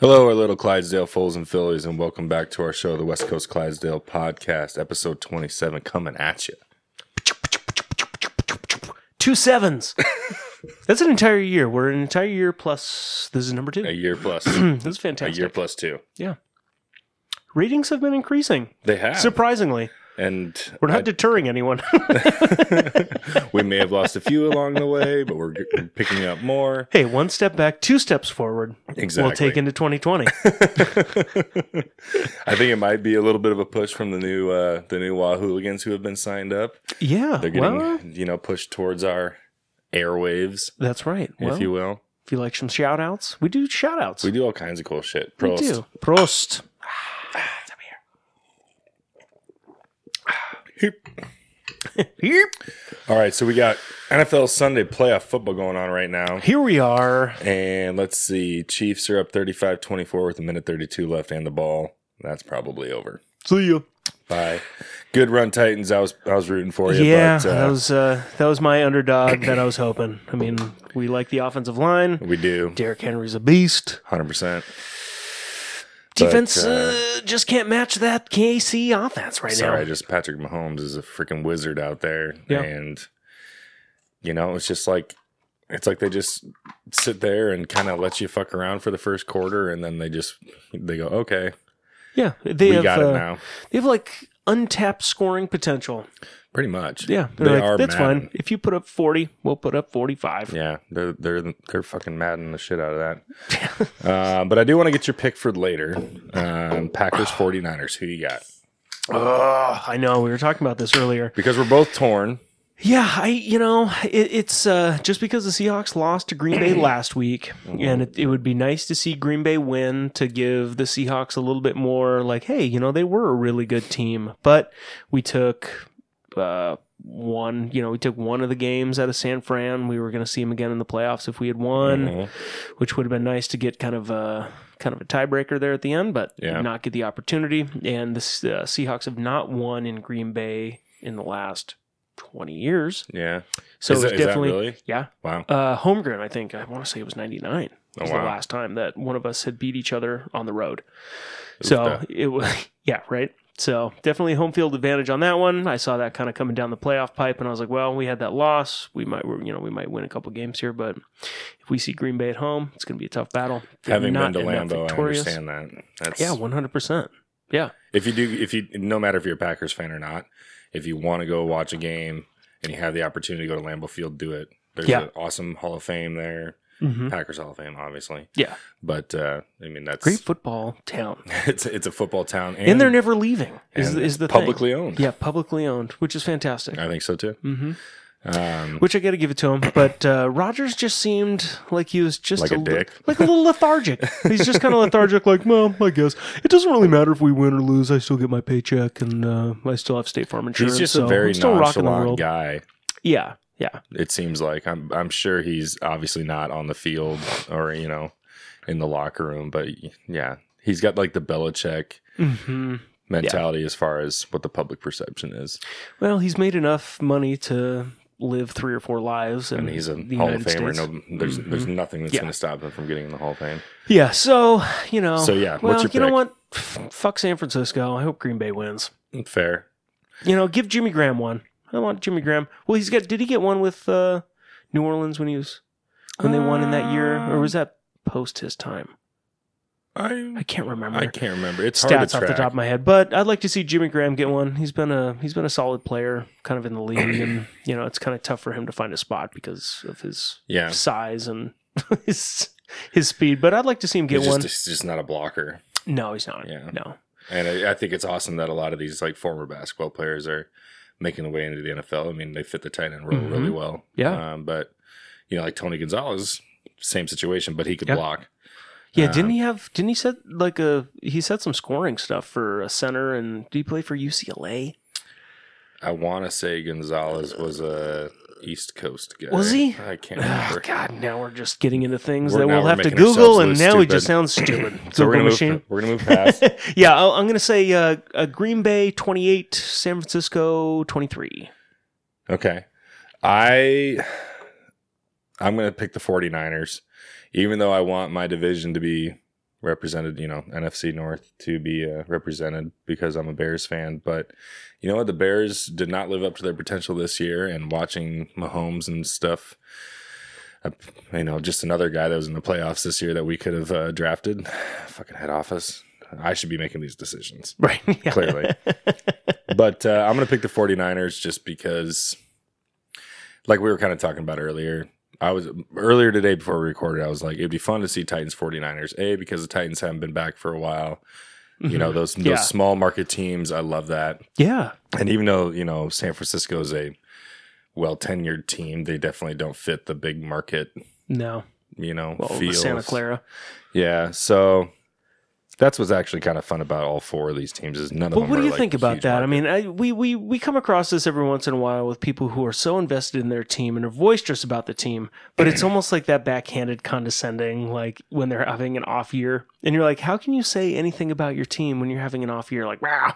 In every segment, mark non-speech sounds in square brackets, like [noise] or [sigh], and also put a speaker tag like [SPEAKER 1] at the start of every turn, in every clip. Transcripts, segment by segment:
[SPEAKER 1] Hello, our little Clydesdale foals and fillies, and welcome back to our show, the West Coast Clydesdale Podcast, episode 27, coming at you.
[SPEAKER 2] Two sevens. [laughs] That's an entire year. We're an entire year plus. This is number
[SPEAKER 1] A
[SPEAKER 2] two.
[SPEAKER 1] year plus.
[SPEAKER 2] [clears throat] this is
[SPEAKER 1] a
[SPEAKER 2] fantastic.
[SPEAKER 1] year plus two.
[SPEAKER 2] Yeah. Ratings have been increasing.
[SPEAKER 1] They have.
[SPEAKER 2] Surprisingly,
[SPEAKER 1] and
[SPEAKER 2] we're not
[SPEAKER 1] Ah. I-
[SPEAKER 2] deterring anyone.
[SPEAKER 1] [laughs]
[SPEAKER 2] [laughs]
[SPEAKER 1] we may have lost a few along the way, but we're g- picking up more.
[SPEAKER 2] hey, one step back, two steps forward.
[SPEAKER 1] Exactly. [laughs]
[SPEAKER 2] We'll take into 2020.
[SPEAKER 1] I think it might be a little bit of a push from the new uh, the new Wahooligans who have been signed up.
[SPEAKER 2] yeah.
[SPEAKER 1] They're getting
[SPEAKER 2] well,
[SPEAKER 1] you know pushed towards our airwaves,
[SPEAKER 2] that's right. Well,
[SPEAKER 1] if you will.
[SPEAKER 2] like some shout outs, we do shout outs.
[SPEAKER 1] We do all kinds of cool shit.
[SPEAKER 2] We
[SPEAKER 1] Prost.
[SPEAKER 2] do. Prost. Here,
[SPEAKER 1] All right, so we got NFL Sunday playoff football going on right now.
[SPEAKER 2] here we are.
[SPEAKER 1] And let's see, Chiefs are up 35-24 with a minute 32 left and the ball. That's probably over.
[SPEAKER 2] See you.
[SPEAKER 1] Bye. Good run Titans. I was I was rooting for you,
[SPEAKER 2] Yeah,
[SPEAKER 1] but uh,
[SPEAKER 2] that was uh, that was my underdog that I was hoping. I mean, we like the offensive line.
[SPEAKER 1] uh, we do.
[SPEAKER 2] Derrick Henry's a beast.
[SPEAKER 1] 100%. But,
[SPEAKER 2] Defense
[SPEAKER 1] uh,
[SPEAKER 2] uh, just can't match that KC offense right
[SPEAKER 1] Sorry,
[SPEAKER 2] now.
[SPEAKER 1] just Patrick Mahomes is a freaking wizard out there
[SPEAKER 2] Yeah.
[SPEAKER 1] and you know, it's just like it's like they just sit there and kind of let you fuck around for the first quarter and then they just they go, "Okay,
[SPEAKER 2] Yeah, they
[SPEAKER 1] we
[SPEAKER 2] have
[SPEAKER 1] got
[SPEAKER 2] uh,
[SPEAKER 1] it now."
[SPEAKER 2] they have like untapped scoring potential.
[SPEAKER 1] Pretty much.
[SPEAKER 2] Yeah,
[SPEAKER 1] They
[SPEAKER 2] they're like,
[SPEAKER 1] are
[SPEAKER 2] that's
[SPEAKER 1] Madden."
[SPEAKER 2] fine. If you put up forty, we'll put up forty-five.
[SPEAKER 1] Yeah, they're they're they're fucking maddening the shit out of
[SPEAKER 2] [laughs]
[SPEAKER 1] that. uh, but I do want to get your pick for later. Um, Packers 49ers, who you got?
[SPEAKER 2] Ugh, I know we were talking about this earlier.
[SPEAKER 1] Because we're both torn.
[SPEAKER 2] Yeah, I you know it, it's uh, just because the Seahawks lost to Green Bay last week, and it, it would be nice to see Green Bay win to give the Seahawks a little bit more like, hey, you know they were a really good team, but we took uh, one, you know, we took one of the games out of San Fran. We were going to see them again in the playoffs if we had won,
[SPEAKER 1] Mhm.
[SPEAKER 2] which would have been nice to get kind of a kind of a tiebreaker there at the end, but
[SPEAKER 1] Yeah.
[SPEAKER 2] not get the opportunity. And the uh, Seahawks have not won in Green Bay in the last twenty years,
[SPEAKER 1] Yeah.
[SPEAKER 2] so
[SPEAKER 1] Is
[SPEAKER 2] it was
[SPEAKER 1] that- is that
[SPEAKER 2] definitely
[SPEAKER 1] really?
[SPEAKER 2] yeah.
[SPEAKER 1] Wow.
[SPEAKER 2] Uh, Holmgren, I think I want to say it was ninety nine.
[SPEAKER 1] Oh,
[SPEAKER 2] Was
[SPEAKER 1] wow.
[SPEAKER 2] the last time that one of us had beat each other on the road. So
[SPEAKER 1] Oofda.
[SPEAKER 2] it was [laughs] yeah right. So definitely home field advantage on that one. I saw that kind of coming down the playoff pipe, and I was like, well, we had that loss. We might we're- you know we might win a couple games here, but if we see Green Bay at home, it's going to be a tough battle. They're
[SPEAKER 1] Having been
[SPEAKER 2] not
[SPEAKER 1] to
[SPEAKER 2] enough
[SPEAKER 1] Lambeau, I
[SPEAKER 2] victorious.
[SPEAKER 1] understand that. That's
[SPEAKER 2] Yeah, one hundred percent. Yeah,
[SPEAKER 1] if you do if you no matter if you're a Packers fan or not, if you want to go watch a game and you have the opportunity to go to Lambeau Field, do it. There's
[SPEAKER 2] Yeah.
[SPEAKER 1] an awesome Hall of Fame there.
[SPEAKER 2] Mhm.
[SPEAKER 1] Packers Hall of Fame, obviously.
[SPEAKER 2] yeah.
[SPEAKER 1] But uh, I mean that's
[SPEAKER 2] Great football town,
[SPEAKER 1] [laughs] it's it's a football town
[SPEAKER 2] and, they're never leaving. Is
[SPEAKER 1] and
[SPEAKER 2] is the thing.
[SPEAKER 1] publicly owned.
[SPEAKER 2] Yeah, publicly owned, which is fantastic.
[SPEAKER 1] I think so too.
[SPEAKER 2] hmm
[SPEAKER 1] Um,
[SPEAKER 2] Which I got to give it to him, but uh, Rogers just seemed like he was just
[SPEAKER 1] Like a
[SPEAKER 2] li-
[SPEAKER 1] dick.
[SPEAKER 2] like a little lethargic. He's just kind of lethargic, like, well, I guess it doesn't really matter if we win or lose. I still get my paycheck, and uh, I still have State Farm insurance.
[SPEAKER 1] he's just
[SPEAKER 2] so
[SPEAKER 1] a very
[SPEAKER 2] I'm still rocking the
[SPEAKER 1] nonchalant
[SPEAKER 2] world.
[SPEAKER 1] guy.
[SPEAKER 2] Yeah, yeah,
[SPEAKER 1] It seems like I'm. I'm sure he's obviously not on the field or you know, in the locker room. But yeah, he's got like the Belichick
[SPEAKER 2] hmm
[SPEAKER 1] mentality as far as what the public perception is.
[SPEAKER 2] Well, he's made enough money to live three or four lives, and,
[SPEAKER 1] And he's a
[SPEAKER 2] the
[SPEAKER 1] Hall
[SPEAKER 2] United
[SPEAKER 1] of Famer.
[SPEAKER 2] States. Mm-hmm.
[SPEAKER 1] No, there's there's nothing that's
[SPEAKER 2] Yeah.
[SPEAKER 1] going to stop him from getting in the Hall of Fame.
[SPEAKER 2] Yeah, so you know.
[SPEAKER 1] So, yeah, what's
[SPEAKER 2] well,
[SPEAKER 1] your
[SPEAKER 2] you know
[SPEAKER 1] pick?
[SPEAKER 2] what? F- Fuck San Francisco. I hope Green Bay wins.
[SPEAKER 1] Fair.
[SPEAKER 2] You know, give Jimmy Graham one. I want Jimmy Graham. Well, he's got. Did he get one with uh, New Orleans when he was when they won in that year, or was that post his time? I
[SPEAKER 1] Um, I
[SPEAKER 2] can't remember.
[SPEAKER 1] I can't remember. It's hard
[SPEAKER 2] Stats
[SPEAKER 1] to
[SPEAKER 2] off
[SPEAKER 1] track.
[SPEAKER 2] the top of my head, but I'd like to see Jimmy Graham get one. He's been a he's been a solid player, kind of in the league,
[SPEAKER 1] [clears throat]
[SPEAKER 2] and you know it's kind of tough for him to find a spot because of his
[SPEAKER 1] yeah.
[SPEAKER 2] size and [laughs] his his speed. But I'd like to see him get
[SPEAKER 1] he's just,
[SPEAKER 2] one.
[SPEAKER 1] he's just not a blocker.
[SPEAKER 2] no, he's not.
[SPEAKER 1] Yeah.
[SPEAKER 2] No,
[SPEAKER 1] And I, I think it's awesome that a lot of these like former basketball players are making the way into the NFL. I mean, they fit the tight end role
[SPEAKER 2] Mhm.
[SPEAKER 1] really well.
[SPEAKER 2] Yeah.
[SPEAKER 1] Um, but you know, like Tony Gonzalez, same situation, but he could
[SPEAKER 2] Yeah.
[SPEAKER 1] block.
[SPEAKER 2] Yeah,
[SPEAKER 1] Uh,
[SPEAKER 2] didn't he have? Didn't he set like a? He set some scoring stuff for a center, and did he play for UCLA?
[SPEAKER 1] I want to say Gonzalez was a East Coast guy.
[SPEAKER 2] Was he?
[SPEAKER 1] I can't
[SPEAKER 2] Oh,
[SPEAKER 1] remember.
[SPEAKER 2] God, now we're just getting into things
[SPEAKER 1] We're-
[SPEAKER 2] that
[SPEAKER 1] now
[SPEAKER 2] we'll
[SPEAKER 1] we're
[SPEAKER 2] have to
[SPEAKER 1] making ourselves
[SPEAKER 2] Google, and
[SPEAKER 1] look
[SPEAKER 2] now it
[SPEAKER 1] stupid.
[SPEAKER 2] just
[SPEAKER 1] [clears throat]
[SPEAKER 2] sounds stupid.
[SPEAKER 1] so we're
[SPEAKER 2] Google
[SPEAKER 1] gonna
[SPEAKER 2] machine.
[SPEAKER 1] move. We're gonna move past.
[SPEAKER 2] [laughs] yeah, I'll, I'm gonna say uh, uh, Green Bay 28, San Francisco 23.
[SPEAKER 1] okay, I I'm gonna pick the 49ers, even though I want my division to be represented. You know, NFC North to be uh, represented because I'm a Bears fan. But you know what? The Bears did not live up to their potential this year, and watching Mahomes and stuff. uh, You know, just another guy that was in the playoffs this year that we could have uh, drafted. [sighs] Fucking head office. I should be making these decisions.
[SPEAKER 2] Right. [laughs] Yeah.
[SPEAKER 1] Clearly. but uh, I'm going to pick the 49ers just because, like we were kind of talking about earlier, I was earlier today before we recorded, I was like, it'd be fun to see Titans 49ers. A, because the Titans haven't been back for a while. You know, those,
[SPEAKER 2] Mm-hmm. Yeah.
[SPEAKER 1] those small market teams, I love that.
[SPEAKER 2] Yeah.
[SPEAKER 1] And even though, you know, San Francisco is a well tenured team, they definitely don't fit the big market,
[SPEAKER 2] No.
[SPEAKER 1] you know,
[SPEAKER 2] Well,
[SPEAKER 1] feel.
[SPEAKER 2] Santa Clara.
[SPEAKER 1] Yeah. So. That's what's actually kind of fun about all four of these teams is none of
[SPEAKER 2] But
[SPEAKER 1] them.
[SPEAKER 2] what
[SPEAKER 1] are,
[SPEAKER 2] do you
[SPEAKER 1] like,
[SPEAKER 2] think about
[SPEAKER 1] huge
[SPEAKER 2] that? I
[SPEAKER 1] market.
[SPEAKER 2] mean, I, we, we we come across this every once in a while with people who are so invested in their team and are boisterous about the team, but it's almost like that backhanded condescending, like when they're having an off year, and you're like, how can you say anything about your team when you're having an off year? Like, [laughs] wow,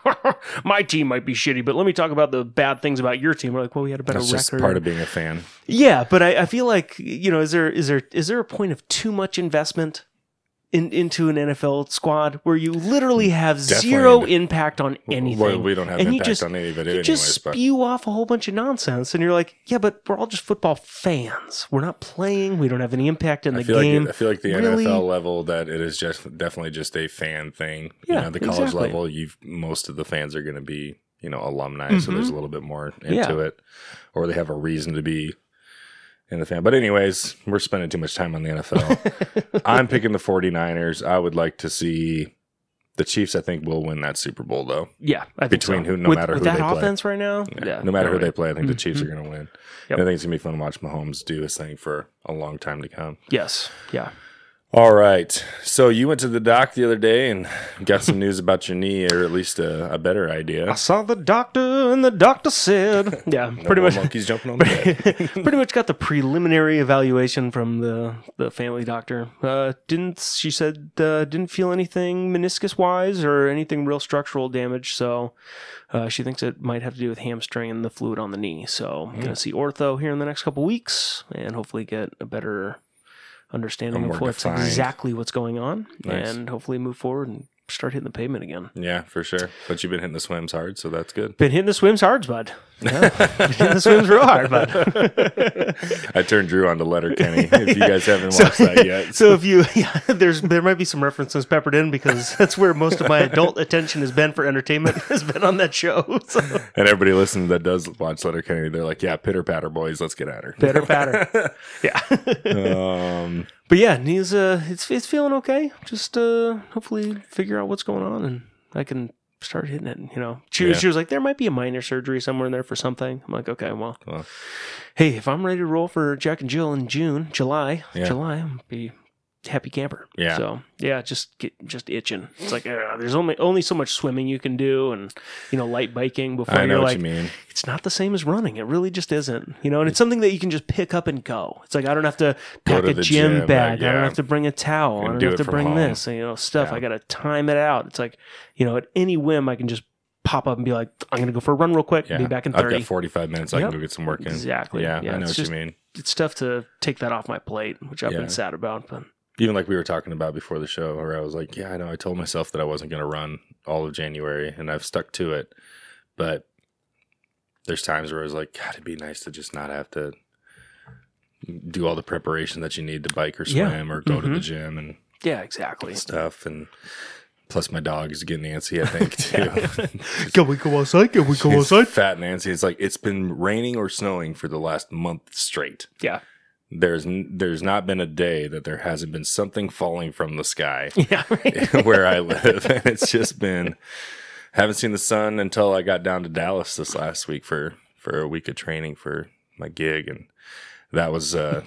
[SPEAKER 2] my team might be shitty, but let me talk about the bad things about your team. We're like, well, we had a better
[SPEAKER 1] that's
[SPEAKER 2] record.
[SPEAKER 1] just part of being a fan.
[SPEAKER 2] Yeah, but I, I feel like you know, is there is there is there a point of too much investment in into an NFL squad where you literally have
[SPEAKER 1] Definitely.
[SPEAKER 2] zero impact on anything?
[SPEAKER 1] Well, we don't have
[SPEAKER 2] And you
[SPEAKER 1] impact
[SPEAKER 2] just-
[SPEAKER 1] on any of it
[SPEAKER 2] you
[SPEAKER 1] anyways.
[SPEAKER 2] just
[SPEAKER 1] but
[SPEAKER 2] spew off a whole bunch of nonsense, and you're like, "Yeah, but we're all just football fans. We're not playing. We don't have any impact in
[SPEAKER 1] I
[SPEAKER 2] the
[SPEAKER 1] feel
[SPEAKER 2] game."
[SPEAKER 1] like I feel like the
[SPEAKER 2] really-
[SPEAKER 1] NFL level that it is just definitely just a fan thing.
[SPEAKER 2] Yeah,
[SPEAKER 1] you know, the college
[SPEAKER 2] exactly.
[SPEAKER 1] level, you have most of the fans are going to be you know alumni, so there's a little bit more into
[SPEAKER 2] Mm-hmm. Yeah.
[SPEAKER 1] it, or they have a reason to be in the fan. But anyways, we're spending too much time on the
[SPEAKER 2] [laughs]
[SPEAKER 1] NFL. I'm picking the 49ers. I would like to see the Chiefs. I think will win that Super Bowl though.
[SPEAKER 2] [laughs] yeah, I think
[SPEAKER 1] Between
[SPEAKER 2] so.
[SPEAKER 1] who- no
[SPEAKER 2] With-
[SPEAKER 1] matter
[SPEAKER 2] with
[SPEAKER 1] who
[SPEAKER 2] that
[SPEAKER 1] they play.
[SPEAKER 2] offense right now,
[SPEAKER 1] Yeah. no matter who they play, I think the
[SPEAKER 2] Mhm.
[SPEAKER 1] Chiefs are going to win.
[SPEAKER 2] Yep.
[SPEAKER 1] And I think it's going to be fun to watch Mahomes do his thing for a long time to come.
[SPEAKER 2] Yes, yeah,
[SPEAKER 1] All right. So you went to the doc the other day and got some news about your knee, or at least a, a better idea.
[SPEAKER 2] I saw the doctor, and the doctor said, [laughs] "Yeah,
[SPEAKER 1] No
[SPEAKER 2] pretty
[SPEAKER 1] more
[SPEAKER 2] much."
[SPEAKER 1] Monkeys jumping on the bed.
[SPEAKER 2] [laughs] pretty much got the preliminary evaluation from the, the family doctor. Uh, didn't she said uh, didn't feel anything meniscus wise or anything real structural damage. So uh, she thinks it might have to do with hamstring and the fluid on the knee. So I'm gonna see ortho here in the next couple weeks and hopefully get a better
[SPEAKER 1] A
[SPEAKER 2] understanding
[SPEAKER 1] more
[SPEAKER 2] of what's
[SPEAKER 1] defined-
[SPEAKER 2] exactly what's going on
[SPEAKER 1] Nice.
[SPEAKER 2] and hopefully move forward and start hitting the pavement again.
[SPEAKER 1] Yeah, for sure. But you've been hitting the swims hard, so that's good.
[SPEAKER 2] Been hitting the swims
[SPEAKER 1] [laughs]
[SPEAKER 2] hard, bud. Yeah. Been hitting the swims real hard, bud.
[SPEAKER 1] I turned Drew on to
[SPEAKER 2] [laughs]
[SPEAKER 1] Letter Kenny. If you guys haven't watched that yet,
[SPEAKER 2] So [laughs] if you, yeah, there's there might be some references peppered in because [laughs] that's where most of my adult attention has been for entertainment [laughs] has been on that show. [laughs] So.
[SPEAKER 1] and everybody listening that does watch Letter Kenny, they're like, "Yeah, pitter patter, boys, let's get at her."
[SPEAKER 2] Pitter patter, [laughs] yeah.
[SPEAKER 1] Um,
[SPEAKER 2] but yeah, knees. Uh, it's it's feeling okay. Just uh, hopefully figure out what's going on and I can start hitting it. You know, she, was-
[SPEAKER 1] Yeah.
[SPEAKER 2] she was like, there might be a minor surgery somewhere in there for something. I'm like, okay, well,
[SPEAKER 1] Well.
[SPEAKER 2] hey, if I'm ready to roll for Jack and Jill in June, July,
[SPEAKER 1] Yeah.
[SPEAKER 2] July, I'm be happy camper.
[SPEAKER 1] Yeah.
[SPEAKER 2] So yeah, just get just itching. It's like uh, there's only only so much swimming you can do, and you know, light biking before
[SPEAKER 1] I know
[SPEAKER 2] you're
[SPEAKER 1] what
[SPEAKER 2] like,
[SPEAKER 1] you mean.
[SPEAKER 2] it's not the same as running. It really just isn't, you know. And it's something that you can just pick up and go. It's like I don't have to
[SPEAKER 1] Go
[SPEAKER 2] pack
[SPEAKER 1] to
[SPEAKER 2] a
[SPEAKER 1] the
[SPEAKER 2] gym,
[SPEAKER 1] gym,
[SPEAKER 2] bag.
[SPEAKER 1] like,
[SPEAKER 2] I don't
[SPEAKER 1] yeah.
[SPEAKER 2] have to bring a towel.
[SPEAKER 1] You
[SPEAKER 2] I
[SPEAKER 1] can
[SPEAKER 2] don't
[SPEAKER 1] do
[SPEAKER 2] have
[SPEAKER 1] it
[SPEAKER 2] to
[SPEAKER 1] from
[SPEAKER 2] bring
[SPEAKER 1] home.
[SPEAKER 2] this, you know, stuff.
[SPEAKER 1] Yeah.
[SPEAKER 2] I got to time it out. It's like, you know, at any whim, I can just pop up and be like, I'm gonna go for a run real quick.
[SPEAKER 1] Yeah,
[SPEAKER 2] Be back in
[SPEAKER 1] I've
[SPEAKER 2] thirty.
[SPEAKER 1] got 45 minutes. I
[SPEAKER 2] Yep.
[SPEAKER 1] can go get some work in.
[SPEAKER 2] Exactly.
[SPEAKER 1] Yeah, I know
[SPEAKER 2] it's
[SPEAKER 1] what
[SPEAKER 2] just,
[SPEAKER 1] you mean.
[SPEAKER 2] It's tough to take that off my plate, which I've
[SPEAKER 1] Yeah.
[SPEAKER 2] been sad about. But
[SPEAKER 1] even like we were talking about before the show, where I was like, yeah, I know, I told myself that I wasn't going to run all of January, and I've stuck to it. But there's times where I was like, God, it'd be nice to just not have to do all the preparation that you need to bike or
[SPEAKER 2] Yeah.
[SPEAKER 1] swim or go to the
[SPEAKER 2] Mhm.
[SPEAKER 1] gym and
[SPEAKER 2] yeah, exactly.
[SPEAKER 1] stuff. And plus, my dog is getting antsy, I
[SPEAKER 2] [laughs]
[SPEAKER 1] think, [laughs] too.
[SPEAKER 2] Can we go outside? Can we go
[SPEAKER 1] She's fat Nancy. It's like it's been raining or snowing for the last month straight.
[SPEAKER 2] Yeah.
[SPEAKER 1] There's n- there's not been a day that there hasn't been something falling from the sky
[SPEAKER 2] [laughs] Yeah. right.
[SPEAKER 1] [laughs] where I live, and it's just been haven't seen the sun until I got down to Dallas this last week for for a week of training for my gig, and That was uh,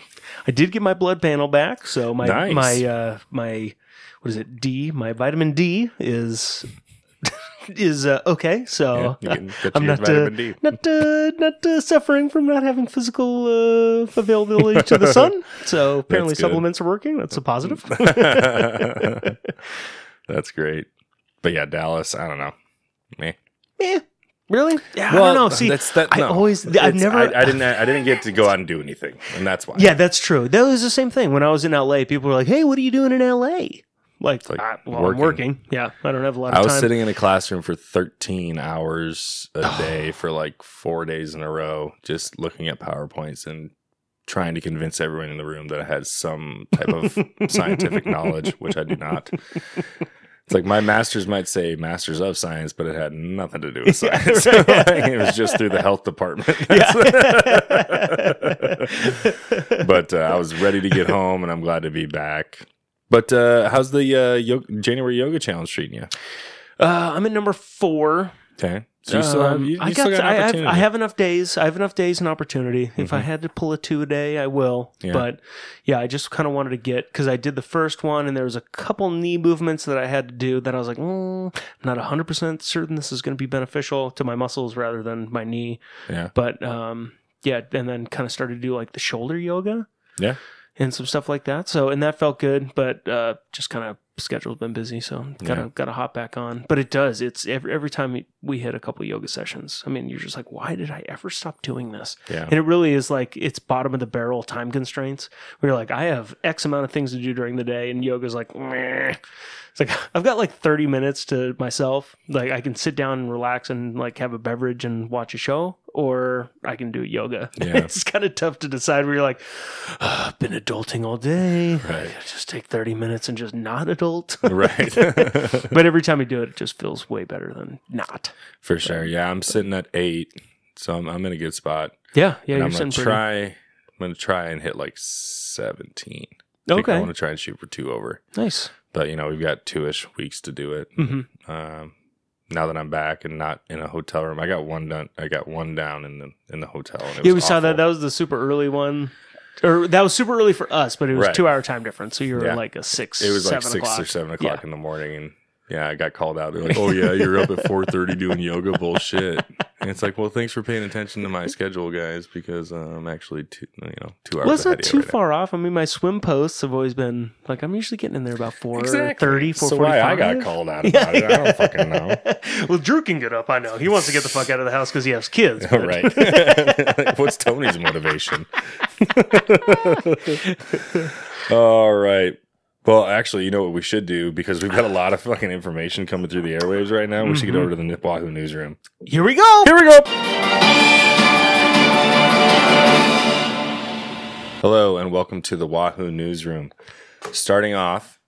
[SPEAKER 2] I did get my blood panel back, so my
[SPEAKER 1] Nice.
[SPEAKER 2] my uh, my what is it? D. My vitamin D is [laughs] is uh, okay. So
[SPEAKER 1] yeah, you can
[SPEAKER 2] [laughs]
[SPEAKER 1] get
[SPEAKER 2] I'm
[SPEAKER 1] your
[SPEAKER 2] not, uh,
[SPEAKER 1] vitamin D.
[SPEAKER 2] not uh, not uh, suffering from not having physical uh, availability to
[SPEAKER 1] [laughs]
[SPEAKER 2] the sun. So apparently
[SPEAKER 1] That's good.
[SPEAKER 2] supplements are working. That's a positive.
[SPEAKER 1] [laughs] That's great. But yeah, Dallas. I don't know.
[SPEAKER 2] Eh, really? Yeah, I
[SPEAKER 1] Well,
[SPEAKER 2] don't know. See,
[SPEAKER 1] that's that.
[SPEAKER 2] I
[SPEAKER 1] no.
[SPEAKER 2] always I've
[SPEAKER 1] It's-
[SPEAKER 2] never
[SPEAKER 1] I, I didn't. I didn't get to go out and do anything, and that's why.
[SPEAKER 2] Yeah, that's true. That was the same thing when I was in LA. People were like, "Hey, what are you doing in LA?" Like,
[SPEAKER 1] like
[SPEAKER 2] I, well, I'm
[SPEAKER 1] working.
[SPEAKER 2] working. Yeah, I don't have a lot of
[SPEAKER 1] I was
[SPEAKER 2] time.
[SPEAKER 1] sitting in a classroom for 13 hours
[SPEAKER 2] [sighs]
[SPEAKER 1] a day for like four days in a row, just looking at PowerPoints and trying to convince everyone in the room that I had some type of
[SPEAKER 2] [laughs]
[SPEAKER 1] scientific knowledge, which I do not. It's like my master's might say masters of science, but it had nothing to do with
[SPEAKER 2] [laughs] Yeah,
[SPEAKER 1] science. [laughs]
[SPEAKER 2] right.
[SPEAKER 1] Like, it was just through the health
[SPEAKER 2] [laughs]
[SPEAKER 1] department.
[SPEAKER 2] Yeah.
[SPEAKER 1] [laughs] but uh, I was ready to get home, and I'm glad to be back. But uh, how's the uh, yoga, January yoga challenge treating you?
[SPEAKER 2] uh, I'm at number four.
[SPEAKER 1] Okay. So you still have,
[SPEAKER 2] Um,
[SPEAKER 1] you, you
[SPEAKER 2] I
[SPEAKER 1] still
[SPEAKER 2] got.
[SPEAKER 1] got an
[SPEAKER 2] I, have,
[SPEAKER 1] opportunity.
[SPEAKER 2] I have enough days. I have enough days and opportunity. If I
[SPEAKER 1] Mhm.
[SPEAKER 2] had to pull a two a day, I will.
[SPEAKER 1] Yeah.
[SPEAKER 2] But yeah, I just kind of wanted to get because I did the first one, and there was a couple knee movements that I had to do that I was like, mm, I'm not 100 percent certain this is going to be beneficial to my muscles rather than my knee.
[SPEAKER 1] Yeah.
[SPEAKER 2] But um, yeah, and then kind of started to do like the shoulder yoga.
[SPEAKER 1] Yeah.
[SPEAKER 2] And some stuff like that. So and that felt good, but uh, just kind of schedule's been busy, so gotta
[SPEAKER 1] Yeah.
[SPEAKER 2] gotta hop back on. But it does. It's every every time we hit a couple yoga sessions. I mean, you're just like, why did I ever stop doing this?
[SPEAKER 1] Yeah.
[SPEAKER 2] And it really is like it's bottom of the barrel time constraints. Where you're like, I have X amount of things to do during the day, and yoga's like, meh. it's like I've got like 30 minutes to myself. Like I can sit down and relax and like have a beverage and watch a show, or I can do yoga. [laughs]
[SPEAKER 1] Yeah.
[SPEAKER 2] it's kind of tough to decide. Where you're like, "Ah, I've been adulting all day.
[SPEAKER 1] [laughs] Right.
[SPEAKER 2] Just take 30 minutes and just not adult. [laughs]
[SPEAKER 1] [laughs] right.
[SPEAKER 2] but every time you do it, it just feels way better than not. [laughs]
[SPEAKER 1] For sure. Yeah. I'm sitting at eight. So I'm, I'm in a good spot.
[SPEAKER 2] Yeah, yeah,
[SPEAKER 1] and
[SPEAKER 2] you're
[SPEAKER 1] I'm gonna
[SPEAKER 2] sitting pretty.
[SPEAKER 1] try I'm gonna try and hit like seventeen. I think I
[SPEAKER 2] Okay,
[SPEAKER 1] want to try and shoot for two over.
[SPEAKER 2] nice.
[SPEAKER 1] But you know, we've got two ish weeks to do it.
[SPEAKER 2] hmm
[SPEAKER 1] Um now that I'm back and not in a hotel room, I got one done. I got one down in the in the hotel. And it
[SPEAKER 2] yeah, we
[SPEAKER 1] was
[SPEAKER 2] saw that.
[SPEAKER 1] awful.
[SPEAKER 2] That was the super early one, or that was super early for us, but it was
[SPEAKER 1] Right.
[SPEAKER 2] two hour time difference. So you were
[SPEAKER 1] Yeah.
[SPEAKER 2] like a six.
[SPEAKER 1] it was like
[SPEAKER 2] seven
[SPEAKER 1] six
[SPEAKER 2] o'clock.
[SPEAKER 1] or seven o'clock in the morning and yeah i got called
[SPEAKER 2] [laughs]
[SPEAKER 1] out they're like oh yeah you're up at 4.30 doing yoga bullshit and it's like well thanks for paying attention to
[SPEAKER 2] [laughs]
[SPEAKER 1] my schedule guys because uh, i'm actually two you know two hours
[SPEAKER 2] Well, it's
[SPEAKER 1] ahead of
[SPEAKER 2] not
[SPEAKER 1] you
[SPEAKER 2] too
[SPEAKER 1] right now.
[SPEAKER 2] far off. I mean, my swim posts have always been like I'm usually getting in there about four thirty, four
[SPEAKER 1] so
[SPEAKER 2] forty
[SPEAKER 1] why
[SPEAKER 2] five.
[SPEAKER 1] i got called out about it i
[SPEAKER 2] [laughs]
[SPEAKER 1] don't fucking know
[SPEAKER 2] well, Drew can get up. I know he wants to get the fuck out of the house because he
[SPEAKER 1] [laughs]
[SPEAKER 2] has kids. but-
[SPEAKER 1] right. [laughs] What's Tony's
[SPEAKER 2] [laughs]
[SPEAKER 1] motivation? All right. Well, actually, you know what we should do because we've got a lot of fucking information coming through the airwaves right now. We should get
[SPEAKER 2] Mhm.
[SPEAKER 1] over to the Wahoo newsroom.
[SPEAKER 2] Here we go.
[SPEAKER 1] Here we go. Hello and welcome to the Wahoo Newsroom. Starting off,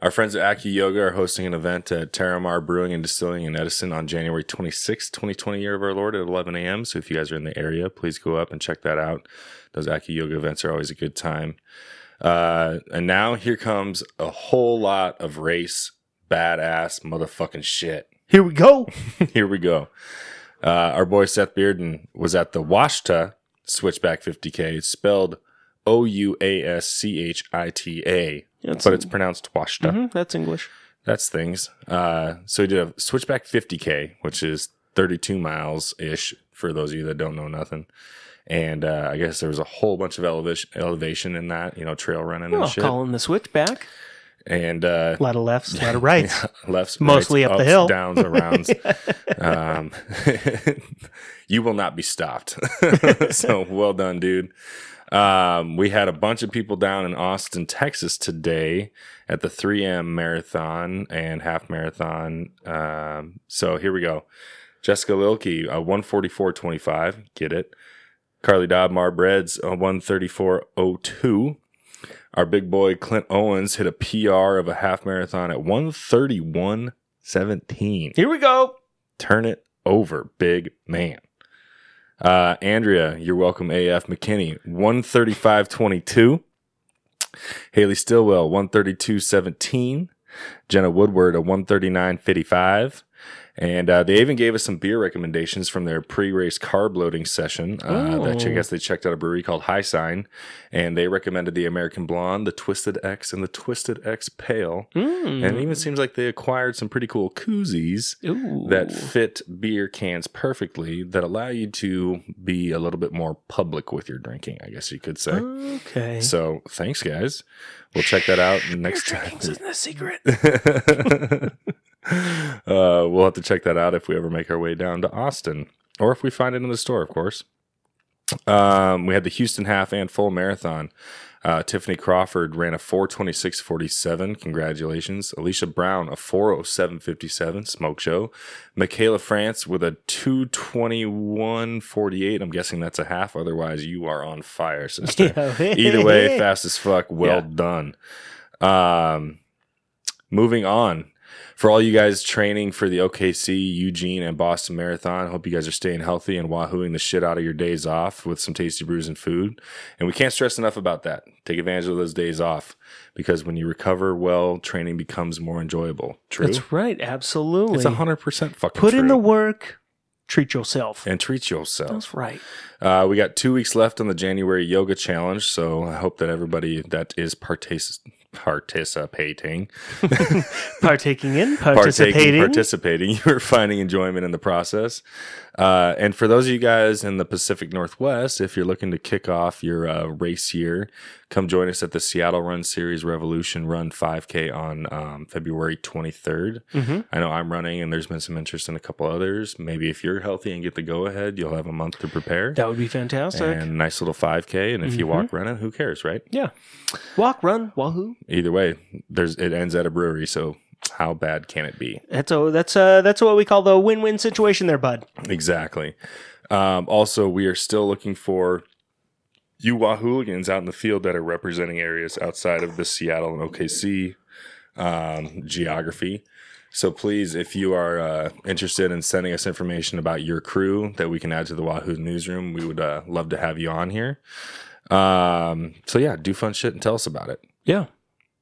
[SPEAKER 1] our friends at Aki Yoga are hosting an event at Terramar Brewing and Distilling in Edison on January 26, 2020, Year of Our Lord at 11 a.m. So if you guys are in the area, please go up and check that out. Those Aki Yoga events are always a good time. Uh, and now here comes a whole lot of race, badass motherfucking shit
[SPEAKER 2] Here we go.
[SPEAKER 1] here we go. Uh, our boy Seth Bearden was at the Washta Switchback 50K. It's spelled O U A S C H I T A,
[SPEAKER 2] That's,
[SPEAKER 1] but it's uh, pronounced Washta.
[SPEAKER 2] Mhm, that's English.
[SPEAKER 1] That's things. Uh, so we did a Switchback 50K, which is 32 miles ish for those of you that don't know nothing. And uh, I guess there was a whole bunch of elevation, elevation in that, you know, trail running and
[SPEAKER 2] Well,
[SPEAKER 1] shit.
[SPEAKER 2] Oh, calling the switchback.
[SPEAKER 1] And uh,
[SPEAKER 2] A lot of lefts, a
[SPEAKER 1] [laughs]
[SPEAKER 2] lot of rights.
[SPEAKER 1] lefts,
[SPEAKER 2] Mostly
[SPEAKER 1] rights,
[SPEAKER 2] up the
[SPEAKER 1] ups,
[SPEAKER 2] hill.
[SPEAKER 1] downs, arounds. um, [laughs] you will not be stopped. [laughs] so well done, dude. Um, we had a bunch of people down in Austin, Texas today at the 3M marathon and half marathon. Um, so here we go. Jessica Lilke, uh, a 144.25. Get it. Carly Dobb, uh, Marbreds, a 134.02. Our big boy Clint Owens hit a PR of a half marathon at 131.17
[SPEAKER 2] [laughs] Here we go.
[SPEAKER 1] turn it over, big man. Uh, Andrea, you're welcome. AF McKinney, 135.22. Haley Stillwell, 132.17. Jenna Woodward, a 139.55. And uh, they even gave us some beer recommendations from their pre-race carb loading session. Uh, that I
[SPEAKER 2] Oh.
[SPEAKER 1] guess they checked out a brewery called High Sign, and they recommended the American Blonde, the Twisted X, and the Twisted X Pale.
[SPEAKER 2] Mm.
[SPEAKER 1] And it even seems like they acquired some pretty cool koozies
[SPEAKER 2] Ooh.
[SPEAKER 1] that fit beer cans perfectly that allow you to be a little bit more public with your drinking, I guess you could say.
[SPEAKER 2] Okay.
[SPEAKER 1] So thanks, guys. We'll check that out next
[SPEAKER 2] Beer
[SPEAKER 1] time.
[SPEAKER 2] drinking's isn't a [laughs] secret.
[SPEAKER 1] [laughs] uh, we'll have to check that out if we ever make our way down to Austin or if we find it in the store, of course. Um, we had the Houston half and full marathon. Uh, Tiffany Crawford ran a 426.47. Congratulations. Alicia Brown, a 407.57 smoke show. Michaela France with a 221.48. I'm guessing that's a half. Otherwise, you are on fire, sister either
[SPEAKER 2] [laughs]
[SPEAKER 1] way fast as fuck well done um moving on for all you guys training for the OKC, Eugene, and Boston Marathon, hope you guys are staying healthy and wahooing the shit out of your days off with some tasty brews and food. And we can't stress enough about that. Take advantage of those days off because when you recover well, training becomes more enjoyable. True.
[SPEAKER 2] That's right. Absolutely.
[SPEAKER 1] It's a hundred percent fucking
[SPEAKER 2] Put in the
[SPEAKER 1] true.
[SPEAKER 2] work. Treat yourself.
[SPEAKER 1] and treat yourself.
[SPEAKER 2] That's right.
[SPEAKER 1] Uh, we got two weeks left on the January yoga challenge, so I hope that everybody that is partic- participating,
[SPEAKER 2] Partaking in,
[SPEAKER 1] [laughs] partaking,
[SPEAKER 2] participating.
[SPEAKER 1] participating, [laughs] you are finding enjoyment in the process. Uh, and for those of you guys in the Pacific Northwest, if you're looking to kick off your uh, race year, come join us at the Seattle Run Series Revolution Run 5K on um, February 23rd.
[SPEAKER 2] Mhm.
[SPEAKER 1] I know I'm running, and there's been some interest in a couple others. Maybe if you're healthy and get the go ahead, you'll have a month to prepare
[SPEAKER 2] That would be fantastic.
[SPEAKER 1] and nice little 5k and if you
[SPEAKER 2] Mhm.
[SPEAKER 1] walk running who cares right
[SPEAKER 2] yeah. Walk, run, wahoo.
[SPEAKER 1] either way there's it ends at a brewery so how bad can it be
[SPEAKER 2] That's a, that's uh that's what we call the win-win situation there, bud.
[SPEAKER 1] exactly um, also we are still looking for you wahooligans out in the field that are representing areas outside of the seattle and okc um, geography so please if you are uh, interested in sending us information about your crew that we can add to the wahoo newsroom we would uh, love to have you on here um, so yeah do fun shit and tell us about it
[SPEAKER 2] Yeah.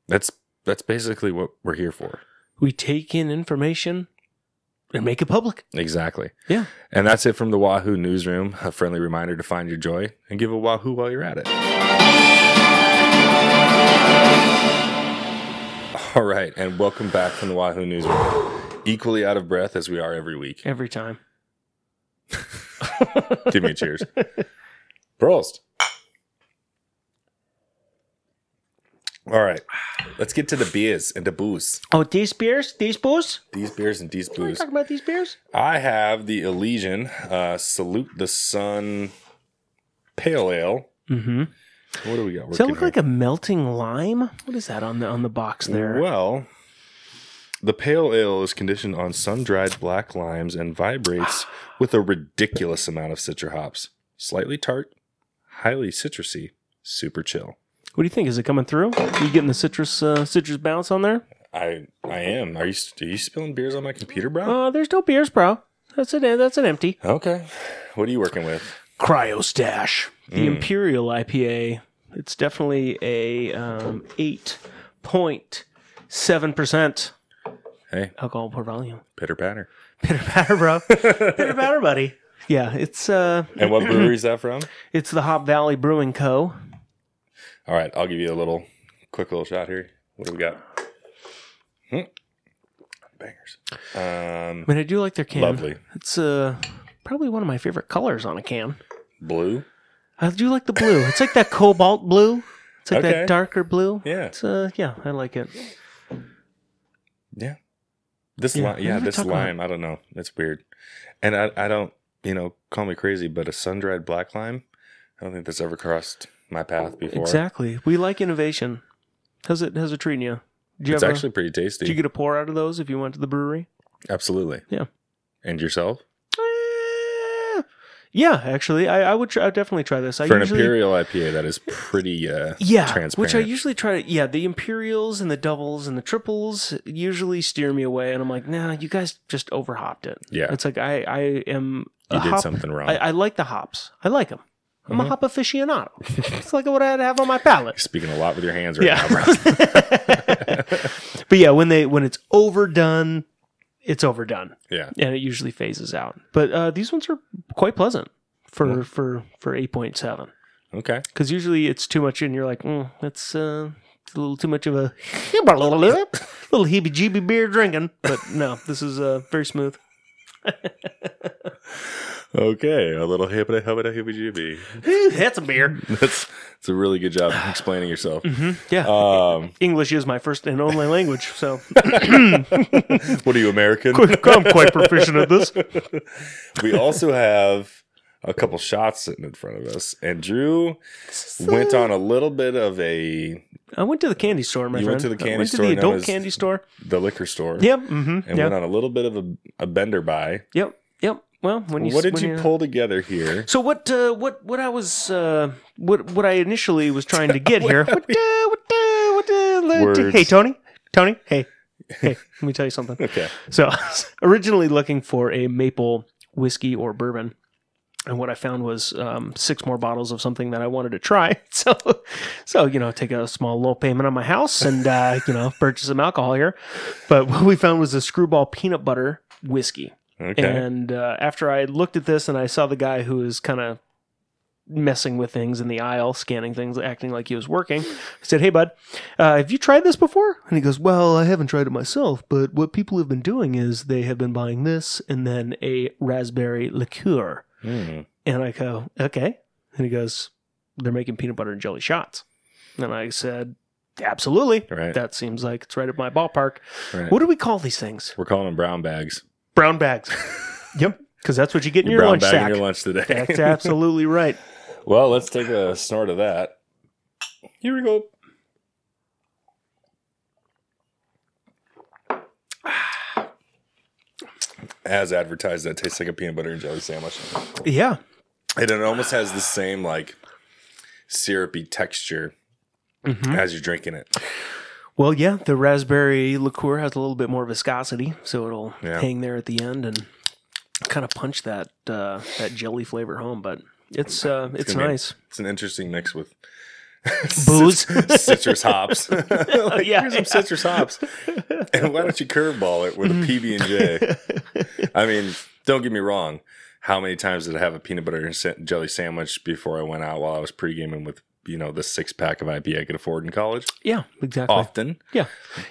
[SPEAKER 1] That's that's basically what we're here for.
[SPEAKER 2] We take in information and make it public.
[SPEAKER 1] Exactly.
[SPEAKER 2] Yeah.
[SPEAKER 1] And that's it from the Wahoo newsroom. A friendly reminder to find your joy and give a Wahoo while you're at it. All right, and welcome back from the Wahoo newsroom. Equally out of breath as we are every week.
[SPEAKER 2] Every time.
[SPEAKER 1] Give me a cheers. Prost. All right, let's get to the beers and the booze.
[SPEAKER 2] oh, these beers? These booze?
[SPEAKER 1] These beers and these
[SPEAKER 2] Are we
[SPEAKER 1] booze.
[SPEAKER 2] talking about these beers?
[SPEAKER 1] I have the Elysian uh, Salute the Sun Pale Ale.
[SPEAKER 2] Mm-hmm.
[SPEAKER 1] What do we got?
[SPEAKER 2] Does that look like a melting lime? What is that on the on the box there?
[SPEAKER 1] Well, the Pale Ale is conditioned on sun dried black limes and
[SPEAKER 2] [gasps]
[SPEAKER 1] vibrates with a ridiculous amount of citra hops. Slightly tart, highly citrusy, super chill.
[SPEAKER 2] What do you think? Is it coming through? You getting the citrus uh, citrus bounce on there?
[SPEAKER 1] I I am. Are you are you spilling beers on my computer, bro?
[SPEAKER 2] Uh, there's no beers, bro. That's an that's an empty.
[SPEAKER 1] okay. What are you working with?
[SPEAKER 2] Cryostash, the
[SPEAKER 1] Mm.
[SPEAKER 2] Imperial IPA. It's definitely a um, eight point seven percent
[SPEAKER 1] Hey,
[SPEAKER 2] alcohol per [laughs] volume.
[SPEAKER 1] pitter patter.
[SPEAKER 2] Pitter patter, bro. Pitter patter, buddy. Yeah, it's uh,
[SPEAKER 1] And
[SPEAKER 2] [clears throat]
[SPEAKER 1] what brewery is that from?
[SPEAKER 2] it's the Hop Valley Brewing Co.
[SPEAKER 1] All right, I'll give you a little quick little shot here. What do we got? Hmm. Bangers. Um,
[SPEAKER 2] I mean, I do like their can.
[SPEAKER 1] Lovely.
[SPEAKER 2] It's uh, probably one of my favorite colors on a can.
[SPEAKER 1] blue.
[SPEAKER 2] I do like the blue. It's like that cobalt blue. It's like
[SPEAKER 1] Okay.
[SPEAKER 2] that darker blue.
[SPEAKER 1] Yeah,
[SPEAKER 2] It's uh, yeah, I like it.
[SPEAKER 1] yeah. This
[SPEAKER 2] Yeah,
[SPEAKER 1] lime, yeah,
[SPEAKER 2] what am I
[SPEAKER 1] this
[SPEAKER 2] talking about?
[SPEAKER 1] lime. I don't know. It's weird, and I, I don't, you know, call me crazy, but a sun dried black lime. I don't think that's ever crossed my path before.
[SPEAKER 2] Exactly. We like innovation. How's it? How's it treating you? Did you
[SPEAKER 1] It's
[SPEAKER 2] ever,
[SPEAKER 1] actually pretty tasty.
[SPEAKER 2] did you get a pour out of those if you went to the brewery?
[SPEAKER 1] Absolutely.
[SPEAKER 2] Yeah.
[SPEAKER 1] And yourself
[SPEAKER 2] Eh, Yeah, actually, I, I would. Try, I would definitely try this. I
[SPEAKER 1] for an
[SPEAKER 2] usually,
[SPEAKER 1] imperial IPA that is pretty. Uh,
[SPEAKER 2] yeah,
[SPEAKER 1] transparent.
[SPEAKER 2] which I usually try to. Yeah, the imperials and the doubles and the triples usually steer me away, and I'm like, nah, you guys just overhopped it.
[SPEAKER 1] yeah,
[SPEAKER 2] It's like I, I am.
[SPEAKER 1] you
[SPEAKER 2] a
[SPEAKER 1] did
[SPEAKER 2] hop-
[SPEAKER 1] something wrong.
[SPEAKER 2] I, I like the hops. I like them. I'm
[SPEAKER 1] Mhm.
[SPEAKER 2] a hop
[SPEAKER 1] [laughs]
[SPEAKER 2] aficionado. it's like what I'd have on my palate.
[SPEAKER 1] You're speaking a lot with your
[SPEAKER 2] [laughs]
[SPEAKER 1] hands right
[SPEAKER 2] Yeah. [laughs]
[SPEAKER 1] now, bro.
[SPEAKER 2] but yeah, when they when it's overdone, it's overdone.
[SPEAKER 1] Yeah.
[SPEAKER 2] and it usually phases out. But uh, these ones are quite pleasant for
[SPEAKER 1] Yeah.
[SPEAKER 2] for for eight point seven
[SPEAKER 1] Okay.
[SPEAKER 2] because usually it's too much, and you're like, mm, that's uh, it's a little too much of a [laughs] little heebie-jeebie beer drinking. But no, this is uh, very smooth. [laughs]
[SPEAKER 1] Okay. A little hippity hippity hippity
[SPEAKER 2] Ooh, that's a beer.
[SPEAKER 1] jibby. That's that's a really good job explaining yourself.
[SPEAKER 2] hmm Yeah,
[SPEAKER 1] Um, [laughs]
[SPEAKER 2] English is my first and only language, so
[SPEAKER 1] what are you American?
[SPEAKER 2] [laughs] I'm quite proficient at [laughs] this.
[SPEAKER 1] we also have a couple shots sitting in front of us, and Drew went on a little bit of a
[SPEAKER 2] I went to the candy store, my
[SPEAKER 1] You
[SPEAKER 2] friend.
[SPEAKER 1] went to the candy
[SPEAKER 2] I went
[SPEAKER 1] store
[SPEAKER 2] to
[SPEAKER 1] known
[SPEAKER 2] the adult
[SPEAKER 1] as-
[SPEAKER 2] candy store.
[SPEAKER 1] the liquor store,
[SPEAKER 2] Yep. hmm
[SPEAKER 1] and
[SPEAKER 2] yep.
[SPEAKER 1] went on a little bit of a, a bender by.
[SPEAKER 2] Yep. Yep. Well, when you
[SPEAKER 1] What did
[SPEAKER 2] when
[SPEAKER 1] you pull together here?
[SPEAKER 2] So what uh, what what I was uh, what what I initially was trying
[SPEAKER 1] [laughs]
[SPEAKER 2] to get here. What, uh, what, uh, what, uh, let-
[SPEAKER 1] Words.
[SPEAKER 2] hey Tony, Tony, hey, hey, let me tell you something.
[SPEAKER 1] Okay,
[SPEAKER 2] So [laughs] I was originally looking for a maple whiskey or bourbon. And what I found was um, six more bottles of something that I wanted to try. [laughs] So, so you know, take a small little payment on my house and uh, you know purchase some alcohol here. But [laughs] what we found was a screwball peanut butter whiskey.
[SPEAKER 1] okay,
[SPEAKER 2] And uh, after I looked at this and I saw the guy who was kind of messing with things in the aisle, scanning things, acting like he was working, I said, Hey, bud, uh, have you tried this before? And he goes, Well, I haven't tried it myself, but what people have been doing is they have been buying this and then a raspberry liqueur.
[SPEAKER 1] Hmm.
[SPEAKER 2] And I go, Okay. And he goes, They're making peanut butter and jelly shots. And I said, Absolutely.
[SPEAKER 1] right,
[SPEAKER 2] That seems like it's right up my ballpark.
[SPEAKER 1] right.
[SPEAKER 2] What do we call these things?
[SPEAKER 1] We're calling them brown bags.
[SPEAKER 2] Brown bags. yep. Because that's what you get in
[SPEAKER 1] Your
[SPEAKER 2] your,
[SPEAKER 1] brown
[SPEAKER 2] lunch
[SPEAKER 1] bag
[SPEAKER 2] sack.
[SPEAKER 1] in your lunch today.
[SPEAKER 2] That's absolutely right.
[SPEAKER 1] well, let's take a snort of that. Here we go. As advertised, that tastes like a peanut butter and jelly sandwich.
[SPEAKER 2] [laughs] Yeah.
[SPEAKER 1] And it almost has the same like syrupy texture
[SPEAKER 2] Mhm.
[SPEAKER 1] as you're drinking it.
[SPEAKER 2] Well, yeah, the raspberry liqueur has a little bit more viscosity, so it'll
[SPEAKER 1] Yeah.
[SPEAKER 2] hang there at the end and kind of punch that uh, that jelly flavor home. But it's uh, it's,
[SPEAKER 1] gonna be-
[SPEAKER 2] nice.
[SPEAKER 1] It's an interesting mix with [laughs]
[SPEAKER 2] Booze.
[SPEAKER 1] cit- citrus
[SPEAKER 2] [laughs]
[SPEAKER 1] hops. [laughs] Like,
[SPEAKER 2] Yeah,
[SPEAKER 1] here's
[SPEAKER 2] yeah.
[SPEAKER 1] some citrus hops, and why don't you curveball it with a PB
[SPEAKER 2] [laughs]
[SPEAKER 1] and J? I mean, don't get me wrong. How many times did I have a peanut butter and sa- jelly sandwich before I went out while I was pre gaming with you know the six pack of IPA I could afford in college?
[SPEAKER 2] yeah, exactly.
[SPEAKER 1] Often,
[SPEAKER 2] yeah,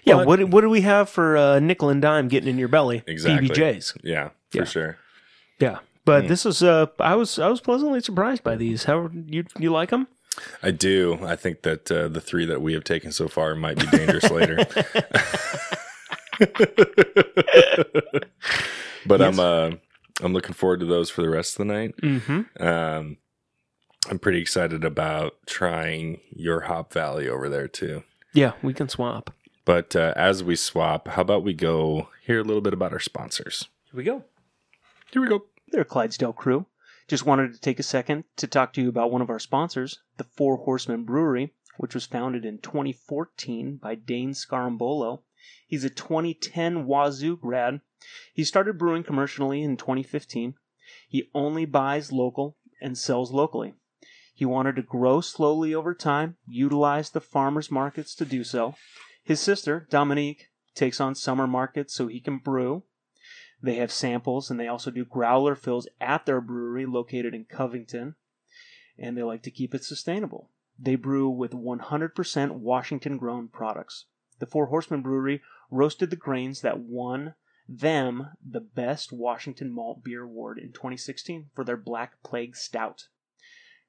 [SPEAKER 1] but-
[SPEAKER 2] what do- what do we have for uh, nickel and dime getting in your belly?
[SPEAKER 1] Exactly.
[SPEAKER 2] PBJs.
[SPEAKER 1] yeah, for
[SPEAKER 2] Yeah.
[SPEAKER 1] sure.
[SPEAKER 2] Yeah. But
[SPEAKER 1] Mm.
[SPEAKER 2] this is uh, I was I was pleasantly surprised by these. How you you like them?
[SPEAKER 1] I do. I think that uh, the three that we have taken so far might be dangerous later. [laughs] but I'm uh, I'm looking forward to those for the rest of the night.
[SPEAKER 2] Mm-hmm.
[SPEAKER 1] Um, I'm pretty excited about trying your Hop Valley over there too.
[SPEAKER 2] Yeah, we can swap.
[SPEAKER 1] But uh, as we swap, how about we go hear a little bit about our sponsors?
[SPEAKER 2] Here we go.
[SPEAKER 1] Here we go.
[SPEAKER 2] There, Clydesdale crew. Just wanted to take a second to talk to you about one of our sponsors, the Four Horsemen Brewery, which was founded in 2014 by Dane Scarambolo. He's a 2010 Wazoo grad. He started brewing commercially in 2015. He only buys local and sells locally. He wanted to grow slowly over time, utilize the farmers markets to do so. His sister, Dominique, takes on summer markets so he can brew they have samples and they also do growler fills at their brewery located in Covington. And they like to keep it sustainable. They brew with 100% Washington grown products. The Four Horsemen Brewery roasted the grains that won them the best Washington Malt Beer Award in 2016 for their Black Plague Stout.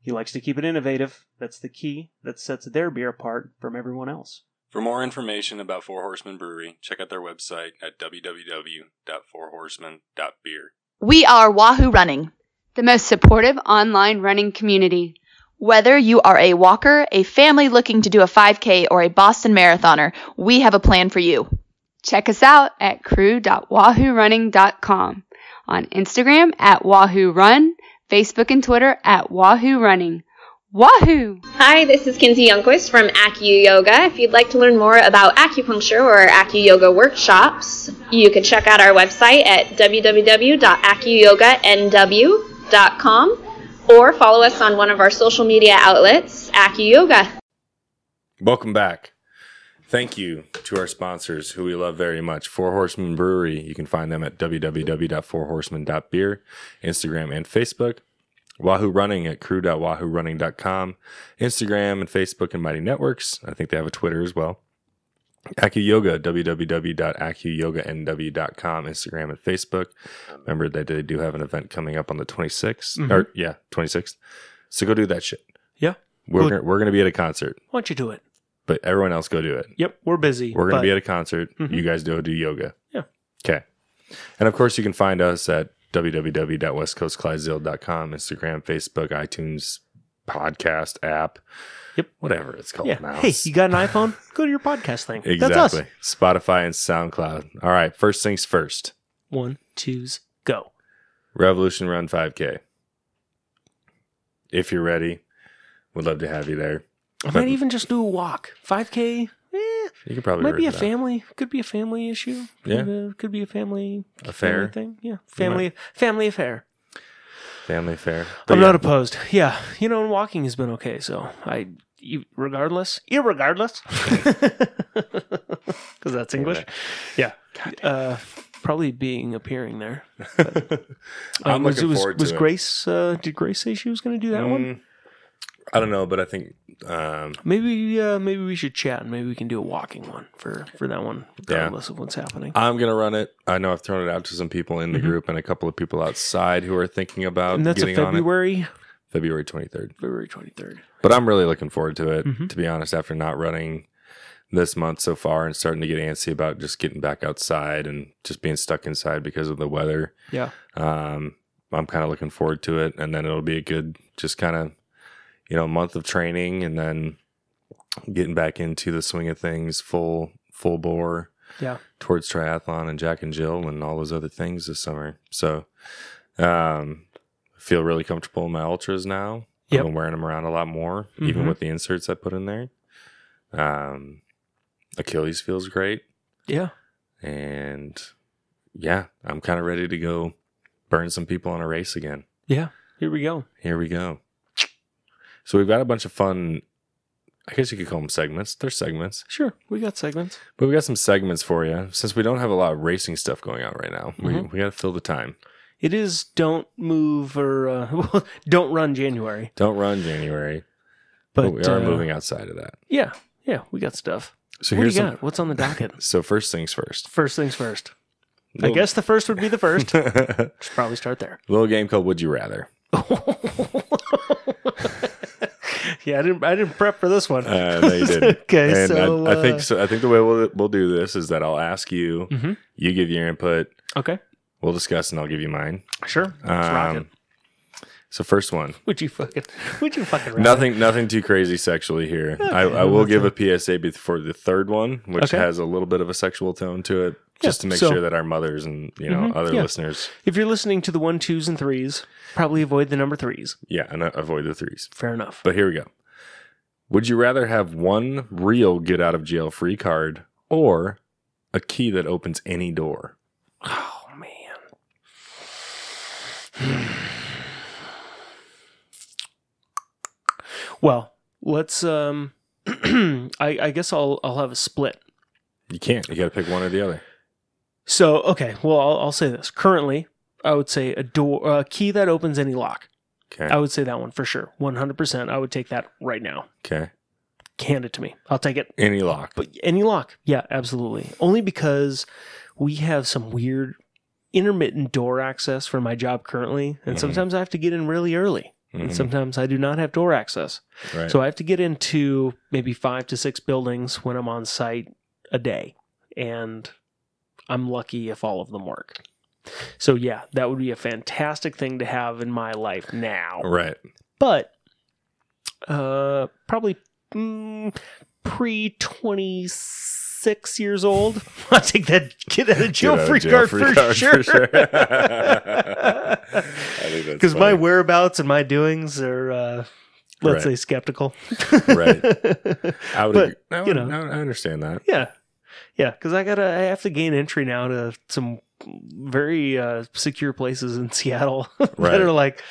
[SPEAKER 2] He likes to keep it innovative. That's the key that sets their beer apart from everyone else.
[SPEAKER 3] For more information about Four Horsemen Brewery, check out their website at www.fourhorsemen.beer.
[SPEAKER 4] We are Wahoo Running, the most supportive online running community. Whether you are a walker, a family looking to do a 5K, or a Boston marathoner, we have a plan for you. Check us out at crew.wahoorunning.com, on Instagram at Wahoo Run, Facebook and Twitter at Wahoo Running. Wahoo!
[SPEAKER 5] Hi, this is Kinsey Youngquist from Acu Yoga. If you'd like to learn more about acupuncture or Acu Yoga workshops, you can check out our website at www.acuyoganw.com or follow us on one of our social media outlets, Acu Yoga.
[SPEAKER 1] Welcome back. Thank you to our sponsors who we love very much. Four Horsemen Brewery. You can find them at www.fourhorsemen.beer, Instagram and Facebook. Wahoo Running at crew.wahoorunning.com, Instagram and Facebook and Mighty Networks. I think they have a Twitter as well. Acu Yoga, www.acuyogannw.com, Instagram and Facebook. Remember that they do have an event coming up on the 26th. Or, yeah, 26th. So go do that shit.
[SPEAKER 2] Yeah.
[SPEAKER 1] We're
[SPEAKER 2] Good.
[SPEAKER 1] gonna, we're going to be at a concert,
[SPEAKER 2] Why don't you do it?
[SPEAKER 1] but everyone else go do it.
[SPEAKER 2] Yep, we're busy.
[SPEAKER 1] We're going
[SPEAKER 2] but-
[SPEAKER 1] to be at a concert.
[SPEAKER 2] Mhm.
[SPEAKER 1] You guys do do yoga.
[SPEAKER 2] Yeah.
[SPEAKER 1] Okay. And of course, you can find us at www.westcoastclydesdale.com, Instagram, Facebook, iTunes, podcast app.
[SPEAKER 2] Yep.
[SPEAKER 1] Whatever it's called
[SPEAKER 2] yeah.
[SPEAKER 1] now.
[SPEAKER 2] Hey, you got an iPhone? Go to your podcast thing. That's
[SPEAKER 1] exactly.
[SPEAKER 2] us.
[SPEAKER 1] Spotify and SoundCloud. All right. First things first
[SPEAKER 2] One, twos, go.
[SPEAKER 1] Revolution Run 5K. If you're ready, we'd love to have you there.
[SPEAKER 2] I might even just do a walk. 5K, eh,
[SPEAKER 1] You can probably
[SPEAKER 2] might be a
[SPEAKER 1] work it out.
[SPEAKER 2] family. Could be a family issue.
[SPEAKER 1] Yeah.
[SPEAKER 2] Could, uh, could be a family
[SPEAKER 1] Affair.
[SPEAKER 2] family thing. Yeah, family family affair.
[SPEAKER 1] Family fair.
[SPEAKER 2] I'm not opposed. Yeah, you know, and walking has been okay. So I, e- regardless,
[SPEAKER 1] [laughs]
[SPEAKER 2] irregardless, [laughs] because that's English. Yeah, uh, probably being appearing there. Uh,
[SPEAKER 1] I'm
[SPEAKER 2] was,
[SPEAKER 1] looking
[SPEAKER 2] was,
[SPEAKER 1] forward
[SPEAKER 2] was
[SPEAKER 1] to it.
[SPEAKER 2] Grace? Uh, did Grace say she was going to do that one?
[SPEAKER 1] Mm, I don't know, but I think um,
[SPEAKER 2] Maybe uh, maybe we should chat and maybe we can do a walking one for for that one, regardless of what's happening.
[SPEAKER 1] I'm gonna run it. I know I've thrown it out to some people in the
[SPEAKER 2] Mhm.
[SPEAKER 1] group and a couple of people outside who are thinking about
[SPEAKER 2] and that's a
[SPEAKER 1] getting on
[SPEAKER 2] February
[SPEAKER 1] it. February 23rd.
[SPEAKER 2] February twenty third.
[SPEAKER 1] But I'm really looking forward to it.
[SPEAKER 2] Mhm.
[SPEAKER 1] To be honest, after not running this month so far and starting to get antsy about just getting back outside and just being stuck inside because of the weather,
[SPEAKER 2] Yeah.
[SPEAKER 1] um, I'm kind of looking forward to it. And then it'll be a good, just kind of, you know, month of training and then getting back into the swing of things full full bore
[SPEAKER 2] Yeah.
[SPEAKER 1] towards triathlon and Jack and Jill and all those other things this summer. So, um, I feel really comfortable in my ultras now.
[SPEAKER 2] Yep.
[SPEAKER 1] I've been wearing them around a lot more,
[SPEAKER 2] Mhm.
[SPEAKER 1] even with the inserts I put in there. Um, Achilles feels great,
[SPEAKER 2] Yeah.
[SPEAKER 1] and yeah, I'm kind of ready to go burn some people on a race again.
[SPEAKER 2] Yeah. Here we go.
[SPEAKER 1] Here we go. So we've got a bunch of fun. I guess you could call them segments. They're segments.
[SPEAKER 2] Sure. We got segments.
[SPEAKER 1] But we got some segments for you. Since we don't have a lot of racing stuff going on right now, we,
[SPEAKER 2] Mhm.
[SPEAKER 1] we got to fill the time.
[SPEAKER 2] It is don't move or uh, [laughs] well, don't run January.
[SPEAKER 1] Don't run January, but,
[SPEAKER 2] But
[SPEAKER 1] we are
[SPEAKER 2] uh,
[SPEAKER 1] moving outside of that.
[SPEAKER 2] Yeah. Yeah. We got stuff.
[SPEAKER 1] So
[SPEAKER 2] what do you
[SPEAKER 1] here's some,
[SPEAKER 2] got? What's on the
[SPEAKER 1] [laughs]
[SPEAKER 2] docket?
[SPEAKER 1] so first things first.
[SPEAKER 2] First things first.
[SPEAKER 1] [laughs]
[SPEAKER 2] I guess the first would be the first. Should probably start there. [laughs]
[SPEAKER 1] little game called Would You Rather.
[SPEAKER 2] yeah, I didn't. I didn't prep for this one.
[SPEAKER 1] Uh, no,
[SPEAKER 2] [laughs]
[SPEAKER 1] you didn't.
[SPEAKER 2] okay,
[SPEAKER 1] and
[SPEAKER 2] so
[SPEAKER 1] I, I think
[SPEAKER 2] uh,
[SPEAKER 1] so, I think the way we'll we'll do this is that I'll ask you,
[SPEAKER 2] Mhm.
[SPEAKER 1] you give your input,
[SPEAKER 2] Okay,
[SPEAKER 1] we'll discuss, and I'll give you mine.
[SPEAKER 2] sure. Let's rock it.
[SPEAKER 1] Um, so first one,
[SPEAKER 2] Would you fucking? Would you fucking? rather?
[SPEAKER 1] nothing nothing too crazy sexually here. I, I will give a PSA before the third one, which
[SPEAKER 2] Okay.
[SPEAKER 1] has a little bit of a sexual tone to it, just to make
[SPEAKER 2] so-
[SPEAKER 1] sure that our mothers and you know
[SPEAKER 2] Mhm,
[SPEAKER 1] other
[SPEAKER 2] yeah.
[SPEAKER 1] listeners,
[SPEAKER 2] If you're listening to the one, twos, and threes, probably avoid the number threes.
[SPEAKER 1] yeah, and uh, avoid the threes.
[SPEAKER 2] Fair enough.
[SPEAKER 1] But here we go. Would you rather have one real get out of jail free card or a key that opens any door?
[SPEAKER 2] Oh man. [sighs] well, let's. Um, [clears throat] I, I guess I'll I'll have a split.
[SPEAKER 1] You can't. You got to pick one or the other.
[SPEAKER 2] So okay, well I'll, I'll say this. Currently, I would say a door, a key that opens any lock.
[SPEAKER 1] Okay.
[SPEAKER 2] I would say that one for sure, one hundred percent. I would take that right now.
[SPEAKER 1] Okay.
[SPEAKER 2] Hand it to me. I'll take it.
[SPEAKER 1] Any lock.
[SPEAKER 2] But any lock, yeah, absolutely. Only because we have some weird intermittent door access for my job currently, and
[SPEAKER 1] Mhm.
[SPEAKER 2] sometimes I have to get in really early, and
[SPEAKER 1] Mhm.
[SPEAKER 2] sometimes I do not have door access.
[SPEAKER 1] right.
[SPEAKER 2] So I have to get into maybe five to six buildings when I'm on site a day. And I'm lucky if all of them work. So yeah, that would be a fantastic thing to have in my life now.
[SPEAKER 1] right.
[SPEAKER 2] But uh probably mm, pre 26 years old. I take that get out of [laughs] jail
[SPEAKER 1] Get out of
[SPEAKER 2] free
[SPEAKER 1] jail
[SPEAKER 2] card
[SPEAKER 1] free
[SPEAKER 2] for
[SPEAKER 1] card
[SPEAKER 2] sure.
[SPEAKER 1] for [laughs] sure. I
[SPEAKER 2] [laughs]
[SPEAKER 1] think that's
[SPEAKER 2] Because my
[SPEAKER 1] funny.
[SPEAKER 2] whereabouts and my doings are, uh, let's
[SPEAKER 1] Right.
[SPEAKER 2] say, skeptical. [laughs]
[SPEAKER 1] Right. I would
[SPEAKER 2] but,
[SPEAKER 1] agree. I, would,
[SPEAKER 2] you know.
[SPEAKER 1] I would- I understand that.
[SPEAKER 2] Yeah, yeah. Because I gotta, I have to gain entry now to some very uh, secure places in [laughs] Seattle
[SPEAKER 1] Right.
[SPEAKER 2] that are like,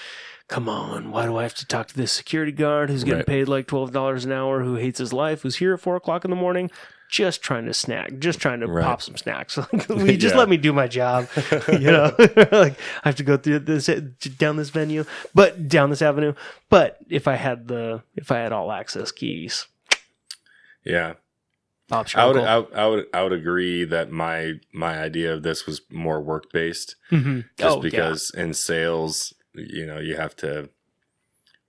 [SPEAKER 2] come on, why do I have to talk to this security guard who's getting
[SPEAKER 1] Right.
[SPEAKER 2] paid like twelve dollars an hour, who hates his life, who's here at four o'clock in the morning? just trying to snack, just trying to
[SPEAKER 1] Right.
[SPEAKER 2] pop some
[SPEAKER 1] [laughs]
[SPEAKER 2] snacks. [laughs] Like, will you just
[SPEAKER 1] Yeah.
[SPEAKER 2] let me do
[SPEAKER 1] [laughs]
[SPEAKER 2] my job? [laughs] you know, like I have to go through this down this venue, but down this avenue. But if I had the if I had all access keys,
[SPEAKER 1] Yeah.
[SPEAKER 2] Bob's your
[SPEAKER 1] I would,
[SPEAKER 2] uncle.
[SPEAKER 1] I, would- I would, I would agree that my my idea of this was more work based,
[SPEAKER 2] Mhm.
[SPEAKER 1] just
[SPEAKER 2] Oh, yeah.
[SPEAKER 1] because in sales, you know, you have to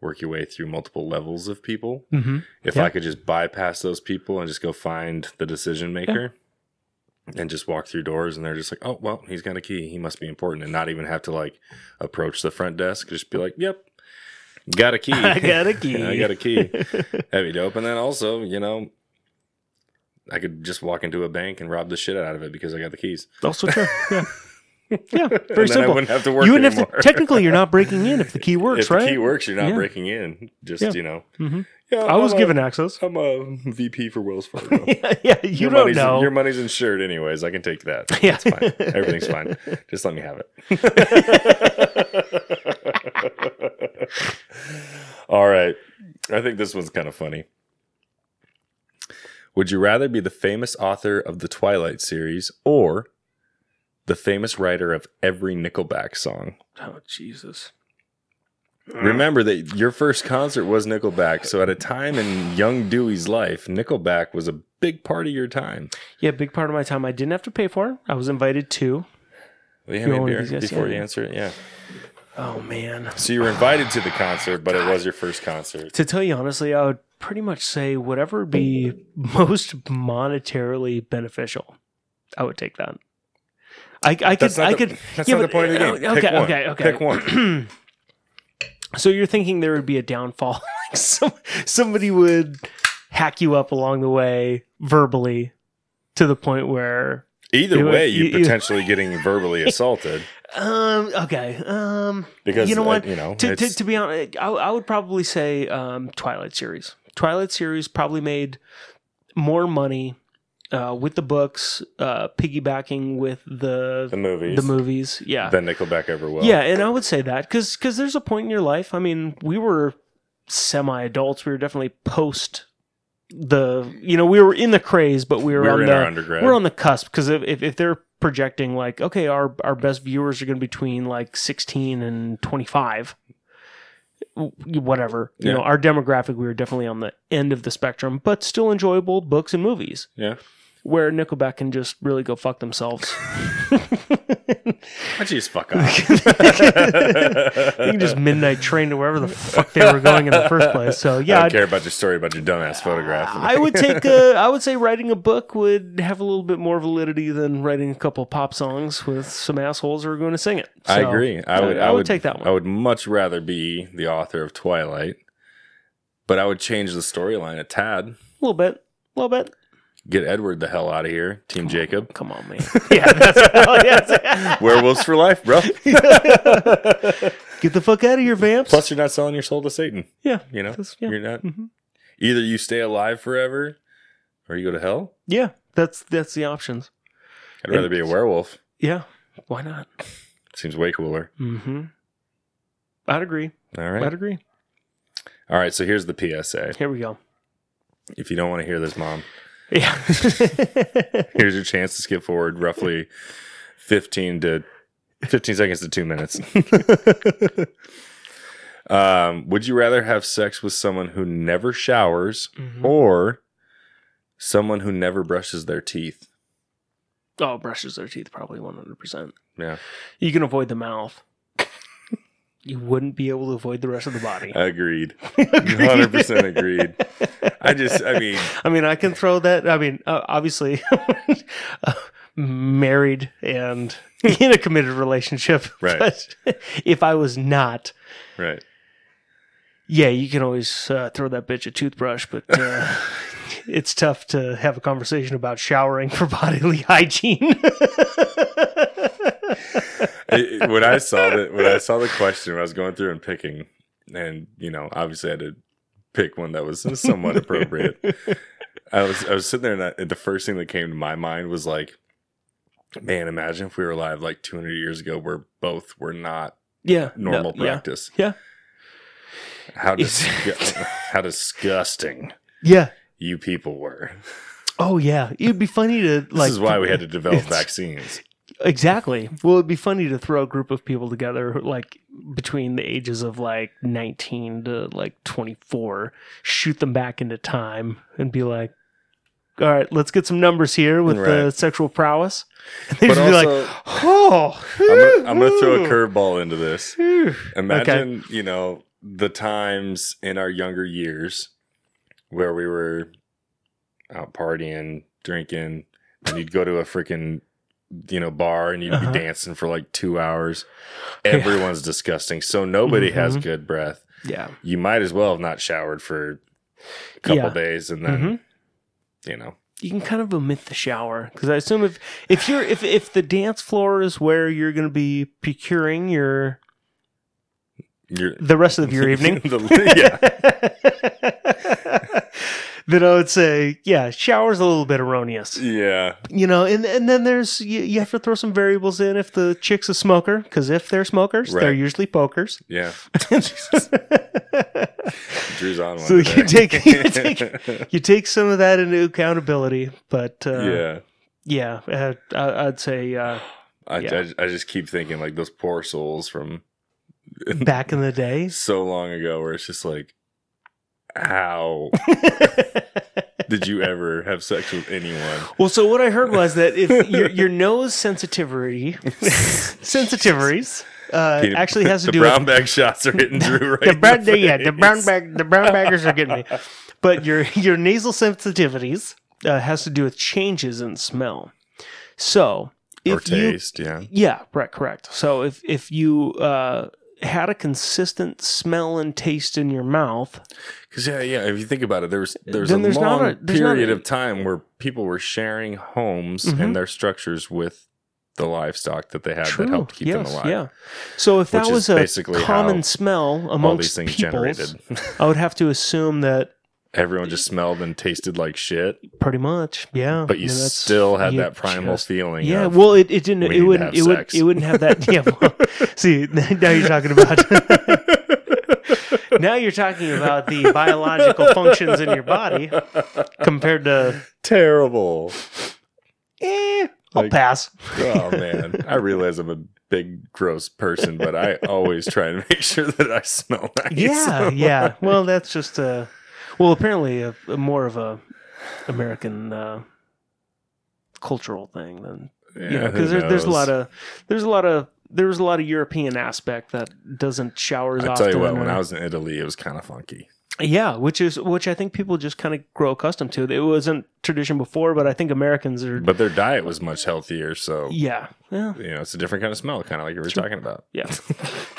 [SPEAKER 1] work your way through multiple levels of people.
[SPEAKER 2] Mhm.
[SPEAKER 1] If
[SPEAKER 2] Yeah.
[SPEAKER 1] I could just bypass those people and just go find the decision maker, and just walk through doors, and they're just like, "Oh, well, he's got a key. He must be important," and not even have to like approach the front desk. Just be like, "Yep, got a key.
[SPEAKER 2] [laughs] I
[SPEAKER 1] [laughs]
[SPEAKER 2] got a key.
[SPEAKER 1] I got a
[SPEAKER 2] [laughs]
[SPEAKER 1] key." That'd be dope. And then also, you know, I could just walk into a bank and rob the shit out of it because I got the keys.
[SPEAKER 2] also true. Yeah.
[SPEAKER 1] [laughs]
[SPEAKER 2] Yeah, very
[SPEAKER 1] and then I
[SPEAKER 2] simple.
[SPEAKER 1] wouldn't have to work.
[SPEAKER 2] you wouldn't
[SPEAKER 1] anymore.
[SPEAKER 2] have to. Technically, you're not breaking in if the key
[SPEAKER 1] [laughs]
[SPEAKER 2] works,
[SPEAKER 1] if
[SPEAKER 2] right?
[SPEAKER 1] the key works, you're not
[SPEAKER 2] Yeah.
[SPEAKER 1] breaking in. Just
[SPEAKER 2] Yeah.
[SPEAKER 1] you know.
[SPEAKER 2] Mhm.
[SPEAKER 1] Yeah,
[SPEAKER 2] I was
[SPEAKER 1] I'm a- [laughs]
[SPEAKER 2] given access.
[SPEAKER 1] I'm a VP for Wells Fargo.
[SPEAKER 2] yeah, yeah, [laughs] you
[SPEAKER 1] your
[SPEAKER 2] don't
[SPEAKER 1] money's, [laughs]
[SPEAKER 2] know.
[SPEAKER 1] Your money's insured, anyways. I can take that.
[SPEAKER 2] Yeah.
[SPEAKER 1] That's fine.
[SPEAKER 2] [laughs]
[SPEAKER 1] [laughs] Everything's fine. Just let me have it. [laughs] All right. I think this one's kind of funny. Would you rather be the famous author of the Twilight series or the famous writer of every Nickelback song?
[SPEAKER 2] oh Jesus!
[SPEAKER 1] Remember that your first concert was Nickelback. So, at a time in young Dewey's life, Nickelback was a big part of your time.
[SPEAKER 2] Yeah, big part of my time I didn't have to pay for. I was invited to.
[SPEAKER 1] Will you
[SPEAKER 2] You're
[SPEAKER 1] have me a
[SPEAKER 2] one of
[SPEAKER 1] beer
[SPEAKER 2] these guys,
[SPEAKER 1] before
[SPEAKER 2] yeah.
[SPEAKER 1] you answer it? Yeah.
[SPEAKER 2] Oh man!
[SPEAKER 1] So you were invited to the concert, but it was your first concert.
[SPEAKER 2] To tell you honestly, I would pretty much say whatever would be most monetarily beneficial. I would take that. I, I could.
[SPEAKER 1] That's not
[SPEAKER 2] I
[SPEAKER 1] the-
[SPEAKER 2] could.
[SPEAKER 1] That's
[SPEAKER 2] yeah,
[SPEAKER 1] not the
[SPEAKER 2] but- uh,
[SPEAKER 1] point of the game.
[SPEAKER 2] Okay.
[SPEAKER 1] Pick one.
[SPEAKER 2] Okay. Okay.
[SPEAKER 1] Pick one.
[SPEAKER 2] [clears throat] So you're thinking there would be a downfall. [laughs] like some, somebody would hack you up along the way verbally to the point where
[SPEAKER 1] Either
[SPEAKER 2] You-
[SPEAKER 1] way, you're
[SPEAKER 2] you- you-
[SPEAKER 1] potentially getting
[SPEAKER 2] [laughs]
[SPEAKER 1] verbally assaulted
[SPEAKER 2] um okay um
[SPEAKER 1] because
[SPEAKER 2] you know
[SPEAKER 1] uh,
[SPEAKER 2] what
[SPEAKER 1] You know,
[SPEAKER 2] to, to,
[SPEAKER 1] it's-
[SPEAKER 2] to be honest I, I would probably say um twilight series twilight series probably made more money uh with the books uh piggybacking with
[SPEAKER 1] the
[SPEAKER 2] the
[SPEAKER 1] movies,
[SPEAKER 2] the movies yeah
[SPEAKER 1] than Nickelback ever will.
[SPEAKER 2] Yeah, and I would say that because there's a point in your life. I mean, we were semi adults. We were definitely post the you know we were in the craze, but
[SPEAKER 1] we
[SPEAKER 2] we were,
[SPEAKER 1] were
[SPEAKER 2] on
[SPEAKER 1] in
[SPEAKER 2] the
[SPEAKER 1] our undergrad.
[SPEAKER 2] we're on the cusp because if, if if they're projecting like okay, our our best viewers are going to be between like 16 and 25. w- Whatever you
[SPEAKER 1] Yeah.
[SPEAKER 2] know, our demographic, we were definitely on the end of the spectrum, but still enjoyable books and movies [laughs]
[SPEAKER 1] yeah.
[SPEAKER 2] where Nickelback can just really go
[SPEAKER 1] [laughs]
[SPEAKER 2] fuck themselves. [laughs]
[SPEAKER 1] Why do you just fuck off?
[SPEAKER 2] they
[SPEAKER 1] [laughs]
[SPEAKER 2] can just midnight train to wherever the fuck they were going in the first place. So
[SPEAKER 1] I
[SPEAKER 2] yeah,
[SPEAKER 1] don't
[SPEAKER 2] I'd-
[SPEAKER 1] care about your story about your dumbass photograph.
[SPEAKER 2] I
[SPEAKER 1] [laughs]
[SPEAKER 2] would take. A, I would say writing a book would have a little bit more validity than writing a couple pop songs with some assholes who are going to sing it.
[SPEAKER 1] I
[SPEAKER 2] So,
[SPEAKER 1] agree. I would.
[SPEAKER 2] I would take that one.
[SPEAKER 1] I would much rather be the author of Twilight, but I would change the storyline a tad.
[SPEAKER 2] A little bit, a little bit.
[SPEAKER 1] Get Edward the hell out of here, Team Jacob.
[SPEAKER 2] Come
[SPEAKER 1] [laughs]
[SPEAKER 2] on, man. Yeah, that's, yeah,
[SPEAKER 1] Werewolves for life, bro.
[SPEAKER 2] that's- get the fuck out of here, vamps.
[SPEAKER 1] Plus, you're not selling your soul to Satan.
[SPEAKER 2] yeah,
[SPEAKER 1] You know,
[SPEAKER 2] That's- yeah.
[SPEAKER 1] you're not.
[SPEAKER 2] Mhm.
[SPEAKER 1] Either you stay alive forever, or you go to hell.
[SPEAKER 2] yeah. That's that's the options.
[SPEAKER 1] I'd rather be a werewolf.
[SPEAKER 2] Yeah, why not?
[SPEAKER 1] Seems way cooler.
[SPEAKER 2] Mm-hmm. I'd agree.
[SPEAKER 1] All right.
[SPEAKER 2] I'd agree.
[SPEAKER 1] All right. So here's the PSA.
[SPEAKER 2] Here
[SPEAKER 1] [laughs]
[SPEAKER 2] we go.
[SPEAKER 1] If you don't want to hear this, mom,
[SPEAKER 2] Yeah. [laughs]
[SPEAKER 1] here's your chance to skip forward roughly 15 to 15 seconds to two minutes. um, would you rather have sex with someone who never showers
[SPEAKER 2] Mm-hmm.
[SPEAKER 1] or someone who never brushes their teeth?
[SPEAKER 2] Oh, brushes their teeth probably 100%.
[SPEAKER 1] Yeah,
[SPEAKER 2] You can avoid the mouth. [laughs] You wouldn't be able to avoid the rest of
[SPEAKER 1] [laughs]
[SPEAKER 2] the body.
[SPEAKER 1] agreed.
[SPEAKER 2] [laughs] Agreed.
[SPEAKER 1] 100% agreed. I just, I
[SPEAKER 2] [laughs]
[SPEAKER 1] mean,
[SPEAKER 2] I mean, I can throw that. I mean, uh, obviously, [laughs] uh, married
[SPEAKER 1] [laughs]
[SPEAKER 2] and in a committed relationship.
[SPEAKER 1] Right.
[SPEAKER 2] But if I was not,
[SPEAKER 1] right.
[SPEAKER 2] yeah, you can always uh, throw that bitch a toothbrush, but
[SPEAKER 1] [laughs]
[SPEAKER 2] uh, it's tough to have a conversation about showering for bodily [laughs] hygiene.
[SPEAKER 1] It- it- when I saw that, when I saw the question, when I was going through and picking, and you know, obviously I had to pick one that was
[SPEAKER 2] [laughs]
[SPEAKER 1] somewhat appropriate. I was I was sitting there, and I, the first thing that came to my mind was like, "Man, imagine if we were alive like 200 years ago, where both were not
[SPEAKER 2] yeah. no,
[SPEAKER 1] normal
[SPEAKER 2] yeah.
[SPEAKER 1] practice."
[SPEAKER 2] Yeah.
[SPEAKER 1] How dis-
[SPEAKER 2] [laughs] It's-
[SPEAKER 1] how disgusting
[SPEAKER 2] Yeah.
[SPEAKER 1] you people were.
[SPEAKER 2] Oh yeah, it'd be funny to like.
[SPEAKER 1] this is why we
[SPEAKER 2] [laughs]
[SPEAKER 1] had to develop
[SPEAKER 2] It's- [laughs]
[SPEAKER 1] vaccines.
[SPEAKER 2] Exactly. Well, it'd be funny to throw a group of people together, like between the ages of like 19 to like 24, shoot them back into time and be like, all right, let's get some numbers here with the
[SPEAKER 1] Right.
[SPEAKER 2] sexual prowess. [laughs] And they'd
[SPEAKER 1] But
[SPEAKER 2] just be like,
[SPEAKER 1] also-
[SPEAKER 2] oh,
[SPEAKER 1] I'm gonna, I'm gonna throw a curveball into this.
[SPEAKER 2] curve.
[SPEAKER 1] Imagine, you know, the times in our younger years where we were out partying, drinking, and you'd go to a freaking, you know, bar and you'd
[SPEAKER 2] Uh-huh.
[SPEAKER 1] be dancing for like two
[SPEAKER 2] [laughs]
[SPEAKER 1] hours. Everyone's disgusting. So nobody has
[SPEAKER 2] Mhm.
[SPEAKER 1] good breath.
[SPEAKER 2] Yeah.
[SPEAKER 1] You might as well have not showered for a couple
[SPEAKER 2] Yeah.
[SPEAKER 1] days and then,
[SPEAKER 2] hmm
[SPEAKER 1] you know.
[SPEAKER 2] You can kind of omit the shower because I assume if if you're if if the dance floor is where you're going to be procuring your
[SPEAKER 1] You're,
[SPEAKER 2] the rest
[SPEAKER 1] [laughs]
[SPEAKER 2] of your evening. [laughs]
[SPEAKER 1] The- yeah.
[SPEAKER 2] then I would say, yeah, shower's a little bit erroneous.
[SPEAKER 1] Yeah.
[SPEAKER 2] You know, and, and then there's, you, you have to throw some variables in if the chick's a smoker, because if they're smokers, they're
[SPEAKER 1] Right. [laughs]
[SPEAKER 2] usually pokers. [laughs]
[SPEAKER 1] Yeah.
[SPEAKER 2] you
[SPEAKER 1] Drew's on one.
[SPEAKER 2] So you
[SPEAKER 1] today.
[SPEAKER 2] take- you take- [laughs] take some of that into accountability, but uh,
[SPEAKER 1] [laughs] yeah.
[SPEAKER 2] yeah, uh, I, I'd say
[SPEAKER 1] [laughs]
[SPEAKER 2] uh,
[SPEAKER 1] I,
[SPEAKER 2] Yeah.
[SPEAKER 1] I, I just keep thinking like those poor souls from
[SPEAKER 2] back in the
[SPEAKER 1] [laughs]
[SPEAKER 2] day.
[SPEAKER 1] so long ago where it's just like,
[SPEAKER 2] [laughs]
[SPEAKER 1] how did you ever have sex with
[SPEAKER 2] [laughs]
[SPEAKER 1] anyone?
[SPEAKER 2] Well, so what I heard was that if your, your nose
[SPEAKER 1] [laughs]
[SPEAKER 2] sensitivity sensitivities uh,
[SPEAKER 1] Peter- [laughs]
[SPEAKER 2] actually has to
[SPEAKER 1] the
[SPEAKER 2] do
[SPEAKER 1] brown
[SPEAKER 2] with
[SPEAKER 1] bag shots are
[SPEAKER 2] [laughs]
[SPEAKER 1] hitting Drew right
[SPEAKER 2] the
[SPEAKER 1] in
[SPEAKER 2] brown the, yeah the
[SPEAKER 1] face.
[SPEAKER 2] brown bag the brown baggers are
[SPEAKER 1] [laughs]
[SPEAKER 2] getting me, but your your nasal sensitivities uh, has to do with changes in smell. So
[SPEAKER 1] or
[SPEAKER 2] if you
[SPEAKER 1] taste, yeah.
[SPEAKER 2] yeah, right, correct. So if if you uh, had a consistent smell and taste in your mouth,
[SPEAKER 1] Because yeah, yeah. If you think about it, there was there was
[SPEAKER 2] Then
[SPEAKER 1] a
[SPEAKER 2] there's not
[SPEAKER 1] long
[SPEAKER 2] a- there's not
[SPEAKER 1] period
[SPEAKER 2] a-
[SPEAKER 1] of time where people were sharing homes
[SPEAKER 2] Mhm.
[SPEAKER 1] and their structures with the livestock that they had
[SPEAKER 2] true,
[SPEAKER 1] that helped keep them
[SPEAKER 2] yes,
[SPEAKER 1] alive.
[SPEAKER 2] yeah. So if that
[SPEAKER 1] Which is
[SPEAKER 2] was a
[SPEAKER 1] basically how
[SPEAKER 2] common smell
[SPEAKER 1] All
[SPEAKER 2] amongst
[SPEAKER 1] these things
[SPEAKER 2] peoples,
[SPEAKER 1] generated. [laughs]
[SPEAKER 2] I would have to assume that
[SPEAKER 1] Everyone just smelled and tasted like shit.
[SPEAKER 2] pretty much, yeah.
[SPEAKER 1] but you
[SPEAKER 2] I mean, that's-
[SPEAKER 1] still had
[SPEAKER 2] you
[SPEAKER 1] that primal
[SPEAKER 2] just-
[SPEAKER 1] feeling.
[SPEAKER 2] Yeah,
[SPEAKER 1] [laughs] of,
[SPEAKER 2] well, [laughs] it, it didn't.
[SPEAKER 1] we need
[SPEAKER 2] It
[SPEAKER 1] to have
[SPEAKER 2] wouldn't. It would.
[SPEAKER 1] sex.
[SPEAKER 2] It wouldn't have that. [laughs] Yeah. Well, see, [laughs] now you're talking about. [laughs] now you're talking about the
[SPEAKER 1] [laughs]
[SPEAKER 2] biological functions in your body compared to.
[SPEAKER 1] terrible.
[SPEAKER 2] Eh, I'll
[SPEAKER 1] Like- [laughs]
[SPEAKER 2] pass.
[SPEAKER 1] Oh man, I realize I'm a big gross person, but I always try and make sure that I smell [laughs] nice. [laughs]
[SPEAKER 2] Yeah, yeah. Well, that's just a. Well, apparently, a, a more of a American uh, cultural thing than you know because there, there's a lot of there's a lot of there's a lot of European aspect that doesn't shower as
[SPEAKER 1] I
[SPEAKER 2] often.
[SPEAKER 1] tell you what, when
[SPEAKER 2] or-
[SPEAKER 1] I was in Italy, it was kind of funky.
[SPEAKER 2] yeah, which is which I think people just kind of grow accustomed to. It wasn't tradition before, but I think Americans are.
[SPEAKER 1] But their diet was much healthier, so
[SPEAKER 2] Yeah, yeah,
[SPEAKER 1] you know it's a different kind of smell, kind of like you were talking about. [laughs]
[SPEAKER 2] yeah,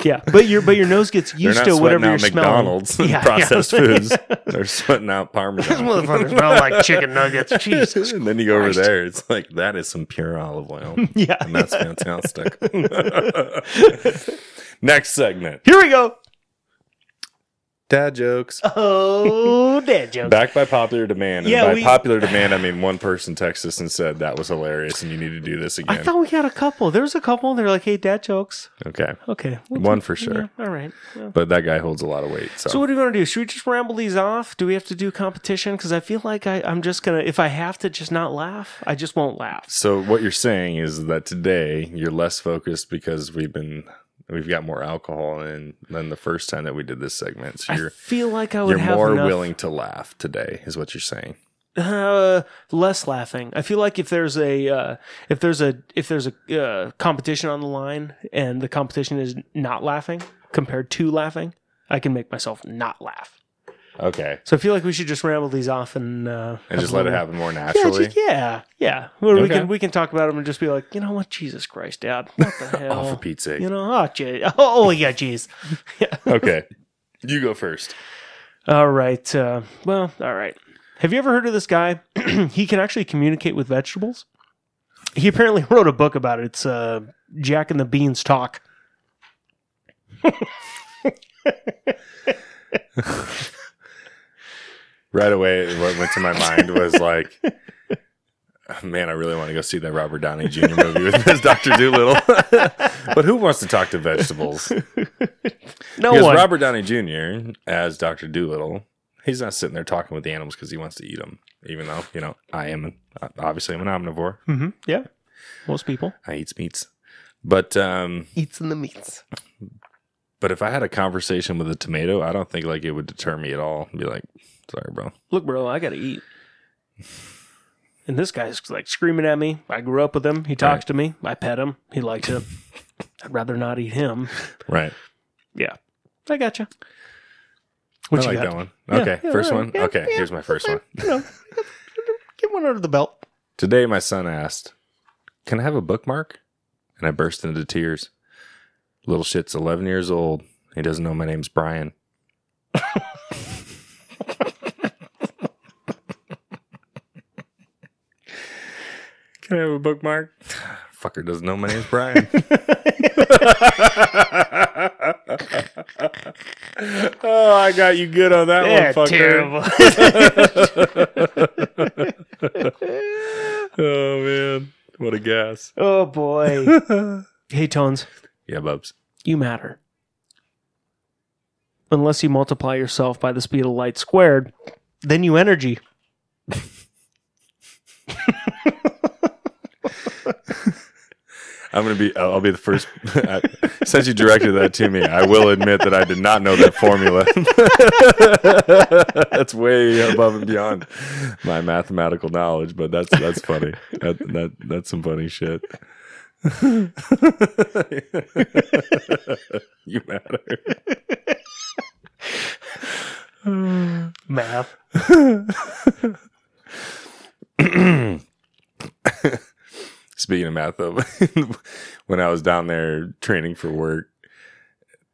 [SPEAKER 2] yeah. But your but your nose gets used
[SPEAKER 1] They're
[SPEAKER 2] to
[SPEAKER 1] not sweating
[SPEAKER 2] whatever you're
[SPEAKER 1] out
[SPEAKER 2] smelling.
[SPEAKER 1] McDonald's [laughs] and
[SPEAKER 2] [laughs] Yeah, yeah.
[SPEAKER 1] processed
[SPEAKER 2] [laughs]
[SPEAKER 1] foods. They're sweating out
[SPEAKER 2] Those
[SPEAKER 1] Parmesan.
[SPEAKER 2] motherfuckers smell
[SPEAKER 1] [laughs]
[SPEAKER 2] like chicken nuggets. Jesus.
[SPEAKER 1] and then you go over
[SPEAKER 2] Christ.
[SPEAKER 1] there, it's like that is some pure olive oil.
[SPEAKER 2] Yeah.
[SPEAKER 1] and
[SPEAKER 2] [laughs]
[SPEAKER 1] that's fantastic. [laughs] Next segment.
[SPEAKER 2] Here we go.
[SPEAKER 1] Dad jokes. [laughs]
[SPEAKER 2] Oh, dad jokes.
[SPEAKER 1] Back by popular demand. And
[SPEAKER 2] Yeah,
[SPEAKER 1] by
[SPEAKER 2] we-
[SPEAKER 1] popular demand, I mean one person texted us and said that was hilarious and you need to do this
[SPEAKER 2] I
[SPEAKER 1] again.
[SPEAKER 2] thought we had a couple. There was a couple. They're like, hey, dad jokes.
[SPEAKER 1] okay.
[SPEAKER 2] Okay.
[SPEAKER 1] One for sure.
[SPEAKER 2] Yeah, all right. Yeah.
[SPEAKER 1] But that guy holds a lot of weight. So,
[SPEAKER 2] So what do you want to do? Should we just ramble these off? Do we have to do competition? Because I feel like I, I'm just gonna. If I have to, just not laugh. I just won't laugh.
[SPEAKER 1] so what you're saying is that today you're less focused because we've been we've got more alcohol in than the first time that we did this segment. So
[SPEAKER 2] I
[SPEAKER 1] you're
[SPEAKER 2] feel like I would
[SPEAKER 1] you're
[SPEAKER 2] have
[SPEAKER 1] more
[SPEAKER 2] enough-
[SPEAKER 1] willing to laugh today, is what you're saying.
[SPEAKER 2] [laughs] Uh, less laughing. I feel like if there's a uh, if there's a if there's a uh, competition on the line and the competition is not laughing compared to laughing, I can make myself not laugh.
[SPEAKER 1] Okay.
[SPEAKER 2] So I feel like we should just ramble these off and uh,
[SPEAKER 1] And
[SPEAKER 2] have
[SPEAKER 1] just
[SPEAKER 2] a
[SPEAKER 1] let it
[SPEAKER 2] little-
[SPEAKER 1] happen more
[SPEAKER 2] Yeah,
[SPEAKER 1] naturally.
[SPEAKER 2] just, yeah, yeah. Where we
[SPEAKER 1] Okay.
[SPEAKER 2] can we can talk about them and just be like, you know what, Jesus Christ, Dad, what
[SPEAKER 1] [laughs]
[SPEAKER 2] the hell?
[SPEAKER 1] Oh, for Pete's sake.
[SPEAKER 2] You know, oh, gee. oh, [laughs] oh, yeah, jeez. [laughs]
[SPEAKER 1] okay. You go first.
[SPEAKER 2] All right. Uh, well, all right. Have you ever heard of this guy? [clears throat] he can actually communicate with vegetables. He apparently [laughs] wrote a book about it. It's uh, Jack and the Beans Talk.
[SPEAKER 1] Right away, what went to my mind
[SPEAKER 2] [laughs]
[SPEAKER 1] was like, "Oh, man, I really want to go see that Robert Downey Jr. movie with this Dr. Doolittle. [laughs] but who wants to talk to vegetables?
[SPEAKER 2] [laughs] No
[SPEAKER 1] because
[SPEAKER 2] one.
[SPEAKER 1] Robert Downey Jr., as Dr. Doolittle, He's not sitting there talking with the animals because he wants to eat them. Even though you know I am an, obviously I'm an omnivore.
[SPEAKER 2] Mm-hmm. Yeah. Most people.
[SPEAKER 1] I eats meats, but um,
[SPEAKER 2] Eats in the meats.
[SPEAKER 1] but if I had a conversation with a tomato, I don't think like it would deter me at all. I'd be like, sorry, bro.
[SPEAKER 2] Look, bro, I got to eat. And this guy's like screaming at me. I grew up with him. He talks
[SPEAKER 1] Right.
[SPEAKER 2] to me. I pet him. He likes it. [laughs] I'd rather not eat him.
[SPEAKER 1] Right.
[SPEAKER 2] Yeah. I gotcha. What
[SPEAKER 1] I
[SPEAKER 2] you
[SPEAKER 1] like
[SPEAKER 2] got?
[SPEAKER 1] that one.
[SPEAKER 2] Yeah,
[SPEAKER 1] okay,
[SPEAKER 2] yeah,
[SPEAKER 1] first
[SPEAKER 2] all right.
[SPEAKER 1] one.
[SPEAKER 2] Yeah,
[SPEAKER 1] okay,
[SPEAKER 2] yeah,
[SPEAKER 1] here's my first one.
[SPEAKER 2] You know, [laughs] get one under the belt.
[SPEAKER 1] Today, my son asked, Can I have a bookmark? And I burst into tears. Little shit's 11 years old. He doesn't know my name's Brian. Can I have a bookmark? Fucker doesn't know my name's [laughs] Brian. oh, I got you good on that
[SPEAKER 2] Eh,
[SPEAKER 1] one, fucker. oh man, what a gas!
[SPEAKER 2] oh boy. hey Tones,
[SPEAKER 1] Yeah, Bubs.
[SPEAKER 2] you matter. Unless you multiply yourself by the speed of light squared, then you energy.
[SPEAKER 1] I'm gonna be. I'll I'll be the first. [laughs] I, since you directed that to me, I will admit that I did not know that formula. [laughs] that's way above and beyond my mathematical knowledge, but that's that's funny. That, that that's some funny shit. [laughs] you matter.
[SPEAKER 2] Math.
[SPEAKER 1] Speaking of math, though, [laughs] when I was down there training for work,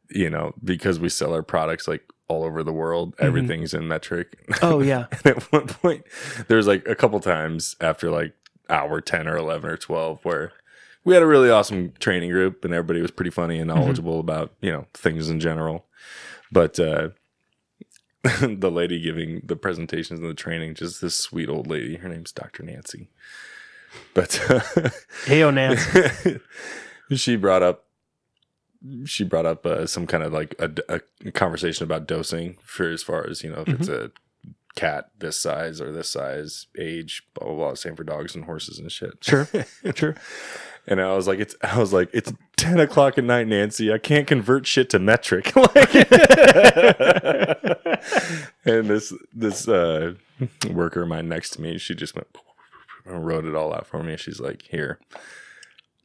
[SPEAKER 1] you know, because we sell our products like all over the world, everything's in metric.
[SPEAKER 2] Oh yeah.
[SPEAKER 1] And [laughs] at one point, there was like a couple times after like hour 10 or 11 or 12 where we had a really awesome training group and everybody was pretty funny and knowledgeable about, you know, things in general. But uh, [laughs] the lady giving the presentations and the training, just this sweet old lady, her name's Dr. Nancy. But [laughs] uh,
[SPEAKER 2] Hey Nance.
[SPEAKER 1] [laughs] she brought up she brought up uh, some kind of like a, a conversation about dosing for as far as you know if it's
[SPEAKER 2] Mm-hmm.
[SPEAKER 1] a cat this size or this size age blah blah blah same for dogs and horses and shit [laughs]
[SPEAKER 2] Sure. Sure.
[SPEAKER 1] and i was like it's i was like it's 10 o'clock at night nancy i can't convert shit to metric [laughs] like and this this uh worker of mine next to me she just went and wrote it all out for me she's like here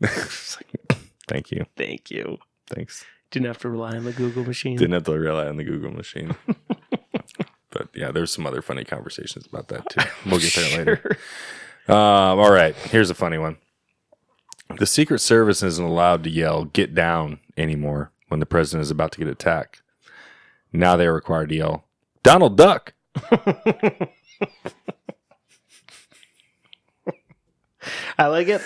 [SPEAKER 1] It's like, [laughs] thank you
[SPEAKER 2] Thank you.
[SPEAKER 1] thanks
[SPEAKER 2] Didn't have to rely on the Google machine.
[SPEAKER 1] didn't have to rely on the Google
[SPEAKER 2] [laughs]
[SPEAKER 1] machine. but yeah, there's some other funny conversations about that
[SPEAKER 2] [laughs]
[SPEAKER 1] too. We'll get there later.
[SPEAKER 2] Sure.
[SPEAKER 1] Um, all right, here's a funny one. The Secret Service isn't allowed to yell "Get down" anymore when the president is about to get attacked. Now they're required to yell "Donald Duck."
[SPEAKER 2] I like it.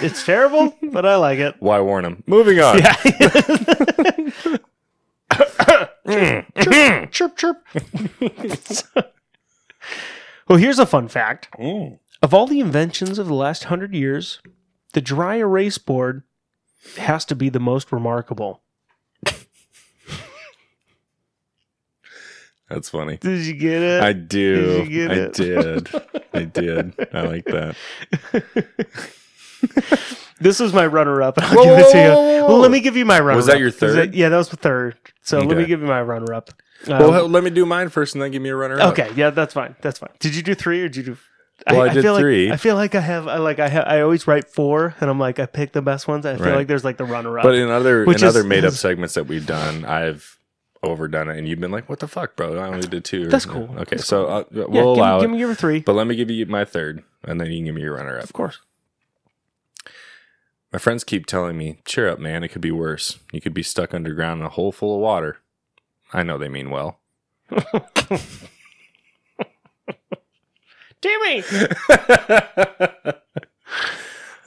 [SPEAKER 2] It's terrible, but I like it.
[SPEAKER 1] Why warn him? Moving on.
[SPEAKER 2] chirp chirp. [laughs] well, here's a fun fact.
[SPEAKER 1] Mm.
[SPEAKER 2] Of all the inventions of the last hundred years, the dry erase board has to be the most remarkable.
[SPEAKER 1] That's funny.
[SPEAKER 2] Did you get it?
[SPEAKER 1] I do.
[SPEAKER 2] Did you get
[SPEAKER 1] I
[SPEAKER 2] it?
[SPEAKER 1] did. I did. I like that.
[SPEAKER 2] this is my runner-up. [laughs] and I'll
[SPEAKER 1] Whoa,
[SPEAKER 2] give
[SPEAKER 1] whoa,
[SPEAKER 2] it to you.
[SPEAKER 1] whoa, whoa, whoa.
[SPEAKER 2] Well, let me give you my runner-up.
[SPEAKER 1] Was that your
[SPEAKER 2] Is
[SPEAKER 1] third?
[SPEAKER 2] yeah, that was the third. So let me
[SPEAKER 1] Okay.
[SPEAKER 2] give you my runner-up. [laughs] Um,
[SPEAKER 1] Well, let me do mine first, and then give me a runner.
[SPEAKER 2] okay, yeah, that's fine. That's fine. Did you do three or did you do?
[SPEAKER 1] Well, I did
[SPEAKER 2] feel
[SPEAKER 1] three.
[SPEAKER 2] Like, I feel like I have. I like. I have. I always write four, and I'm like, I pick the best ones. I feel
[SPEAKER 1] Right.
[SPEAKER 2] like there's like the runner-up.
[SPEAKER 1] But in other
[SPEAKER 2] Which
[SPEAKER 1] in other
[SPEAKER 2] is-
[SPEAKER 1] made up
[SPEAKER 2] is-
[SPEAKER 1] segments that we've done, I've overdone it, and you've been like, "What the fuck, bro? I only did two.
[SPEAKER 2] That's cool.
[SPEAKER 1] Okay, so uh, we'll
[SPEAKER 2] yeah, give,
[SPEAKER 1] allow
[SPEAKER 2] me,
[SPEAKER 1] it.
[SPEAKER 2] give me your three.
[SPEAKER 1] but let me give you my third, and then you can give me your runner up.
[SPEAKER 2] of course.
[SPEAKER 1] My friends keep telling me, "Cheer up, man. It could be worse. You could be stuck underground in a hole full of water." I know they mean well. [laughs]
[SPEAKER 2] Timmy.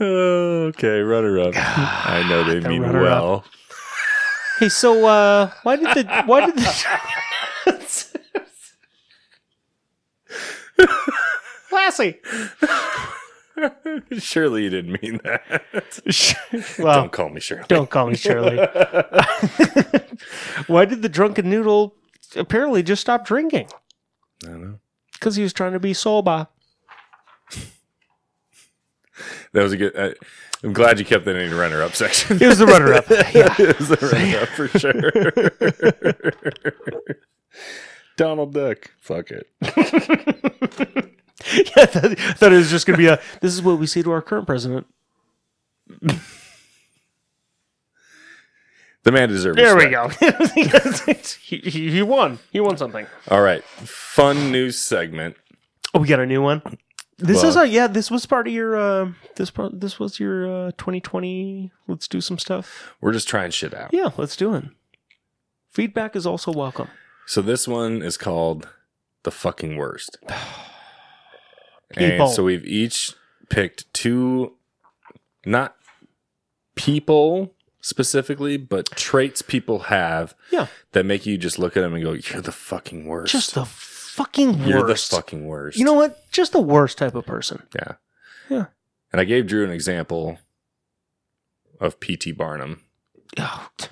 [SPEAKER 1] okay, runner
[SPEAKER 2] [sighs]
[SPEAKER 1] up. I know they
[SPEAKER 2] The
[SPEAKER 1] mean
[SPEAKER 2] runner-up.
[SPEAKER 1] well.
[SPEAKER 2] Hey, so uh, why did the why
[SPEAKER 1] [laughs]
[SPEAKER 2] did the Lassie?
[SPEAKER 1] [laughs] Surely you didn't mean that. [laughs]
[SPEAKER 2] Well,
[SPEAKER 1] Don't call me Shirley.
[SPEAKER 2] Don't call me [laughs] Shirley. Why did the drunken noodle apparently just stop drinking?
[SPEAKER 1] I don't know.
[SPEAKER 2] because he was trying to be soba.
[SPEAKER 1] That was a good. I, I'm glad you kept that in your runner-up section. [laughs]
[SPEAKER 2] It was the runner-up. Yeah.
[SPEAKER 1] it was the runner-up for sure. Donald Duck. Fuck it.
[SPEAKER 2] [laughs] yeah, I thought, I thought it was just going to be a. This is what we say to our current president.
[SPEAKER 1] The man deserves.
[SPEAKER 2] There we
[SPEAKER 1] respect.
[SPEAKER 2] go. [laughs] he, he, he won. He won something.
[SPEAKER 1] All right, fun news segment.
[SPEAKER 2] Oh, we got a new one. This is
[SPEAKER 1] Well-
[SPEAKER 2] a yeah. This was part of your uh, this part. This was your uh, 2020. Let's do some stuff.
[SPEAKER 1] We're just trying shit out.
[SPEAKER 2] Yeah, let's do it. Feedback is also welcome.
[SPEAKER 1] So this one is called the fucking worst.
[SPEAKER 2] People.
[SPEAKER 1] And so we've each picked two, not people specifically, but traits people have.
[SPEAKER 2] Yeah.
[SPEAKER 1] That make you just look at them and go, "You're the fucking worst.
[SPEAKER 2] Just the fucking worst.
[SPEAKER 1] You're the fucking worst."
[SPEAKER 2] You know what? Just the worst type of person.
[SPEAKER 1] Yeah.
[SPEAKER 2] Yeah.
[SPEAKER 1] And I gave Drew an example of P.T. Barnum. [laughs]
[SPEAKER 2] Oh, t-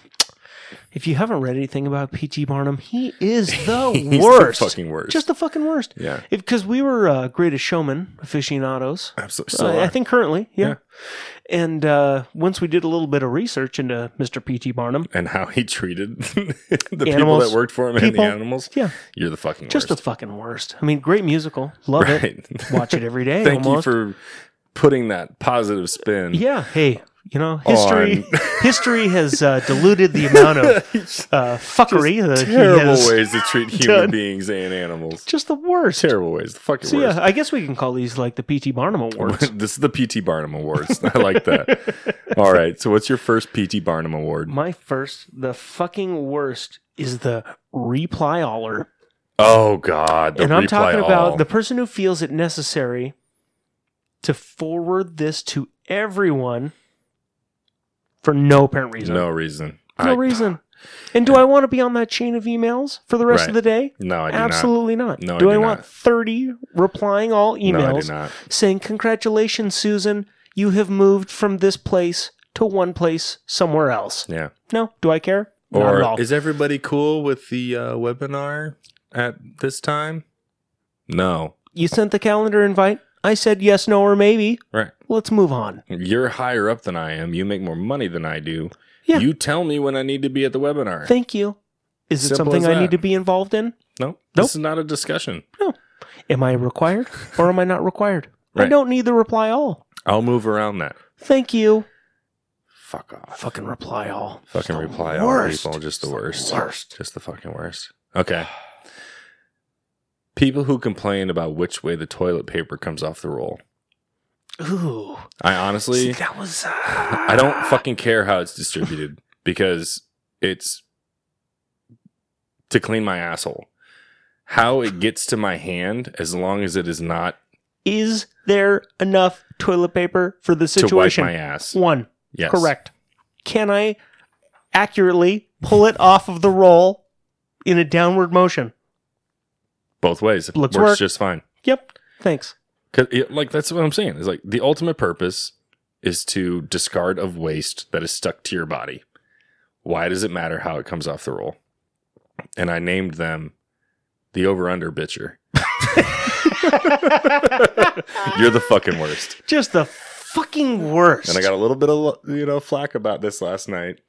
[SPEAKER 2] if you haven't read anything about P.T. Barnum, he
[SPEAKER 1] [laughs]
[SPEAKER 2] is the
[SPEAKER 1] He's the
[SPEAKER 2] worst.
[SPEAKER 1] fucking worst.
[SPEAKER 2] Just the fucking worst.
[SPEAKER 1] yeah.
[SPEAKER 2] Because we were uh, greatest showman aficionados.
[SPEAKER 1] Absolutely. Still
[SPEAKER 2] Uh, I
[SPEAKER 1] are.
[SPEAKER 2] think currently, yeah.
[SPEAKER 1] Yeah.
[SPEAKER 2] And uh, once we did a little bit of research into Mr. P.T. Barnum,
[SPEAKER 1] and how he treated [laughs] the people
[SPEAKER 2] Animals.
[SPEAKER 1] that worked for him
[SPEAKER 2] People.
[SPEAKER 1] and the animals.
[SPEAKER 2] yeah,
[SPEAKER 1] You're the fucking
[SPEAKER 2] just the
[SPEAKER 1] worst.
[SPEAKER 2] fucking worst. I mean, great musical, love it. [laughs] Watch it every
[SPEAKER 1] [laughs]
[SPEAKER 2] day.
[SPEAKER 1] Thank
[SPEAKER 2] almost.
[SPEAKER 1] you for putting that positive spin. [laughs]
[SPEAKER 2] Yeah, hey, you know, history
[SPEAKER 1] On- [laughs]
[SPEAKER 2] history has uh, diluted the amount of uh, fuckery that he
[SPEAKER 1] Terrible
[SPEAKER 2] has.
[SPEAKER 1] ways to
[SPEAKER 2] [laughs]
[SPEAKER 1] treat human
[SPEAKER 2] done.
[SPEAKER 1] beings and animals.
[SPEAKER 2] Just the worst.
[SPEAKER 1] Terrible ways. The fucking
[SPEAKER 2] So
[SPEAKER 1] worst.
[SPEAKER 2] yeah, I guess we can call these like the P.T.
[SPEAKER 1] [laughs]
[SPEAKER 2] Barnum Awards.
[SPEAKER 1] this is the PT Barnum Awards. [laughs] I like that. All right. So, what's your first PT Barnum Award?
[SPEAKER 2] My first, the fucking worst, is the reply aller,
[SPEAKER 1] Oh God! The
[SPEAKER 2] and I'm
[SPEAKER 1] reply
[SPEAKER 2] talking
[SPEAKER 1] all.
[SPEAKER 2] about the person who feels it necessary to forward this to everyone for no apparent reason.
[SPEAKER 1] no reason.
[SPEAKER 2] No
[SPEAKER 1] I-
[SPEAKER 2] reason. And do I want to be on that chain of emails for the rest
[SPEAKER 1] Right.
[SPEAKER 2] of the day?
[SPEAKER 1] No, I do
[SPEAKER 2] Absolutely not.
[SPEAKER 1] No, I
[SPEAKER 2] do I,
[SPEAKER 1] do
[SPEAKER 2] want
[SPEAKER 1] not.
[SPEAKER 2] 30 replying all
[SPEAKER 1] not. No, I
[SPEAKER 2] emails
[SPEAKER 1] do not.
[SPEAKER 2] saying, Congratulations, Susan, you have moved from this place to one place somewhere else?
[SPEAKER 1] Yeah.
[SPEAKER 2] No, do I care? not at all.
[SPEAKER 1] Or is everybody cool with the uh, webinar at this time? No.
[SPEAKER 2] you sent the calendar invite. I said yes, no, or maybe.
[SPEAKER 1] Right.
[SPEAKER 2] Let's move on.
[SPEAKER 1] You're higher up than I am. You make more money than I do.
[SPEAKER 2] Yeah.
[SPEAKER 1] You tell me when I need to be at the webinar.
[SPEAKER 2] Thank you. Is it
[SPEAKER 1] Simple
[SPEAKER 2] something
[SPEAKER 1] as
[SPEAKER 2] I need
[SPEAKER 1] that.
[SPEAKER 2] to be involved in?
[SPEAKER 1] no,
[SPEAKER 2] Nope.
[SPEAKER 1] this is not a discussion.
[SPEAKER 2] Am I required or am I not required? I
[SPEAKER 1] Right.
[SPEAKER 2] don't need the reply all.
[SPEAKER 1] I'll move around that.
[SPEAKER 2] Thank you.
[SPEAKER 1] Fuck off.
[SPEAKER 2] Fucking reply all.
[SPEAKER 1] Fucking
[SPEAKER 2] Just the
[SPEAKER 1] reply
[SPEAKER 2] worst.
[SPEAKER 1] all people. Just the worst.
[SPEAKER 2] Worst.
[SPEAKER 1] Just the fucking worst. Okay. People who complain about which way the toilet paper comes off the roll.
[SPEAKER 2] Ooh.
[SPEAKER 1] I honestly.
[SPEAKER 2] See, that was. Uh,
[SPEAKER 1] I don't fucking care how it's distributed [laughs] because it's to clean my asshole. How it gets to my hand, as long as it is not
[SPEAKER 2] Is there enough toilet paper for the
[SPEAKER 1] to wipe
[SPEAKER 2] situation?
[SPEAKER 1] my ass.
[SPEAKER 2] One.
[SPEAKER 1] Yes,
[SPEAKER 2] Correct. Can I accurately pull it off of the roll in a downward motion?
[SPEAKER 1] Both ways, it
[SPEAKER 2] Let's
[SPEAKER 1] works
[SPEAKER 2] work.
[SPEAKER 1] just fine.
[SPEAKER 2] Yep. Thanks. [laughs]
[SPEAKER 1] 'Cause it- like that's what I'm saying. Is like the ultimate purpose is to discard of waste that is stuck to your body. Why does it matter how it comes off the roll? And I named them the over under bitcher.
[SPEAKER 2] Ah.
[SPEAKER 1] You're the fucking worst.
[SPEAKER 2] [laughs] Just the fucking worst.
[SPEAKER 1] And I got a little bit of you know flack about this last night.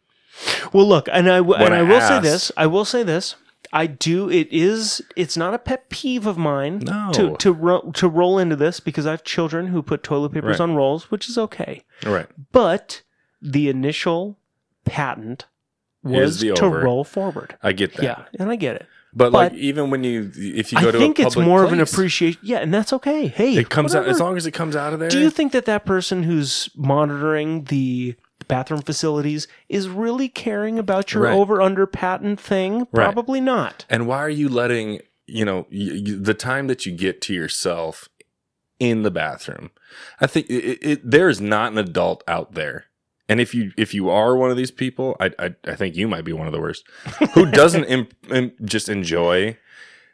[SPEAKER 2] Well, look, and I w-
[SPEAKER 1] When
[SPEAKER 2] and I,
[SPEAKER 1] I
[SPEAKER 2] will say
[SPEAKER 1] asked-
[SPEAKER 2] this. I will say this. I do. It is. It's not a pet peeve of mine
[SPEAKER 1] No.
[SPEAKER 2] to to ro- to roll into this because I have children who put toilet papers
[SPEAKER 1] Right.
[SPEAKER 2] on rolls, which is okay.
[SPEAKER 1] Right.
[SPEAKER 2] But the initial patent was
[SPEAKER 1] Is the
[SPEAKER 2] to
[SPEAKER 1] over.
[SPEAKER 2] roll forward.
[SPEAKER 1] I get that.
[SPEAKER 2] Yeah, and I get it.
[SPEAKER 1] But, like
[SPEAKER 2] But-
[SPEAKER 1] even when you if you go
[SPEAKER 2] I
[SPEAKER 1] to
[SPEAKER 2] think
[SPEAKER 1] a
[SPEAKER 2] it's
[SPEAKER 1] public
[SPEAKER 2] more of an
[SPEAKER 1] place,
[SPEAKER 2] appreciation. Yeah, and that's okay. Hey,
[SPEAKER 1] It comes out as
[SPEAKER 2] whatever.
[SPEAKER 1] long as it comes out of there.
[SPEAKER 2] Do you think that that person who's monitoring the bathroom facilities is really caring about your
[SPEAKER 1] Right.
[SPEAKER 2] over under patent thing?
[SPEAKER 1] Right.
[SPEAKER 2] Probably not.
[SPEAKER 1] and why are you letting you know y y the time that you get to yourself in the bathroom? I think it, it, it, there is not an adult out there. And if you if you are one of these people, I I, I think you might be one of the worst. Who
[SPEAKER 2] [laughs]
[SPEAKER 1] doesn't im im- just enjoy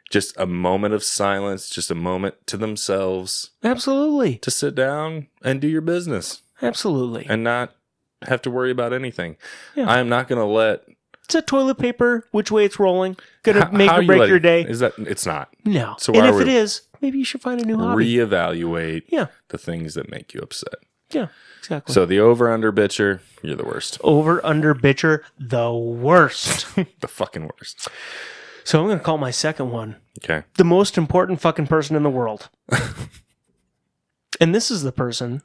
[SPEAKER 1] just a moment of silence, just a moment to themselves.
[SPEAKER 2] Absolutely.
[SPEAKER 1] to sit down and do your business
[SPEAKER 2] Absolutely.
[SPEAKER 1] and not have to worry about anything.
[SPEAKER 2] Yeah.
[SPEAKER 1] I am not going to let
[SPEAKER 2] It's a toilet paper, which way it's rolling. Gonna
[SPEAKER 1] How-
[SPEAKER 2] make
[SPEAKER 1] how
[SPEAKER 2] or
[SPEAKER 1] you
[SPEAKER 2] break
[SPEAKER 1] let
[SPEAKER 2] your
[SPEAKER 1] it-
[SPEAKER 2] day.
[SPEAKER 1] Is that it's not.
[SPEAKER 2] no.
[SPEAKER 1] So
[SPEAKER 2] and
[SPEAKER 1] why
[SPEAKER 2] if
[SPEAKER 1] are
[SPEAKER 2] it
[SPEAKER 1] we-
[SPEAKER 2] is, maybe you should find a new hobby.
[SPEAKER 1] Reevaluate
[SPEAKER 2] yeah.
[SPEAKER 1] the things that make you upset.
[SPEAKER 2] Yeah. Exactly.
[SPEAKER 1] So the over under bitcher, you're the worst.
[SPEAKER 2] over under bitcher, the worst.
[SPEAKER 1] The fucking worst.
[SPEAKER 2] so I'm gonna call my second one
[SPEAKER 1] Okay.
[SPEAKER 2] the most important fucking person in the world. and this is the person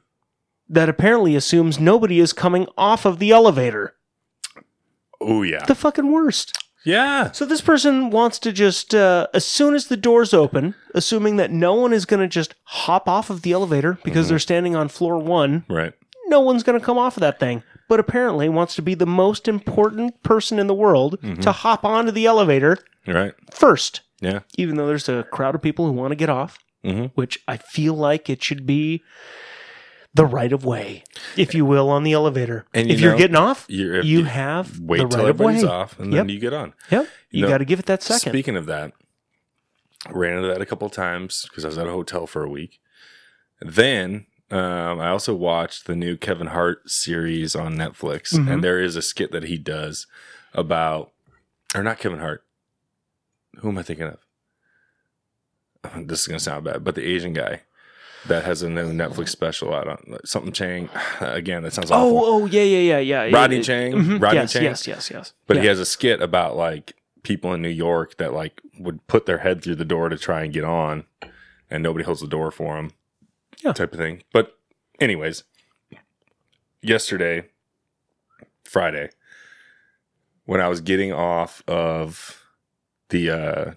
[SPEAKER 2] that apparently assumes nobody is coming off of the elevator.
[SPEAKER 1] Oh yeah.
[SPEAKER 2] The fucking worst.
[SPEAKER 1] yeah.
[SPEAKER 2] So this person wants to just, uh, as soon as the doors open, assuming that no one is going to just hop off of the elevator because they're standing on floor one,
[SPEAKER 1] Right.
[SPEAKER 2] no one's going to come off of that thing. But apparently wants to be the most important person in the world to hop onto the elevator
[SPEAKER 1] Right.
[SPEAKER 2] first,
[SPEAKER 1] Yeah.
[SPEAKER 2] even though there's a crowd of people who want to get off,
[SPEAKER 1] Mhm.
[SPEAKER 2] which I feel like it should be the right of way, if you will, on the elevator.
[SPEAKER 1] And you
[SPEAKER 2] if you're
[SPEAKER 1] know,
[SPEAKER 2] getting off,
[SPEAKER 1] you're- if
[SPEAKER 2] you
[SPEAKER 1] you
[SPEAKER 2] have
[SPEAKER 1] Wait
[SPEAKER 2] the
[SPEAKER 1] till
[SPEAKER 2] right of
[SPEAKER 1] everybody's
[SPEAKER 2] way.
[SPEAKER 1] off and
[SPEAKER 2] Yep.
[SPEAKER 1] then you get on.
[SPEAKER 2] Yep. You
[SPEAKER 1] No.
[SPEAKER 2] got to give it that second.
[SPEAKER 1] Speaking of that, ran into that a couple times because I was at a hotel for a week. Then um, I also watched the new Kevin Hart series on Netflix,
[SPEAKER 2] Mhm.
[SPEAKER 1] and there is a skit that he does about, or not Kevin Hart. Who am I thinking of? [laughs] This is gonna sound bad, but the Asian guy that has a new Netflix special out on something Chang. [sighs] Again, that sounds awful.
[SPEAKER 2] Oh, oh, yeah, yeah, yeah, yeah.
[SPEAKER 1] Rodney
[SPEAKER 2] It-
[SPEAKER 1] Chang?
[SPEAKER 2] mhm.
[SPEAKER 1] Rodney
[SPEAKER 2] yes,
[SPEAKER 1] Chang?
[SPEAKER 2] Yes, yes, yes.
[SPEAKER 1] But
[SPEAKER 2] yeah.
[SPEAKER 1] he has a skit about like people in New York that like would put their head through the door to try and get on, and nobody holds the door for them,
[SPEAKER 2] Yeah.
[SPEAKER 1] type of thing. But anyways, yesterday, Friday, when I was getting off of the uh,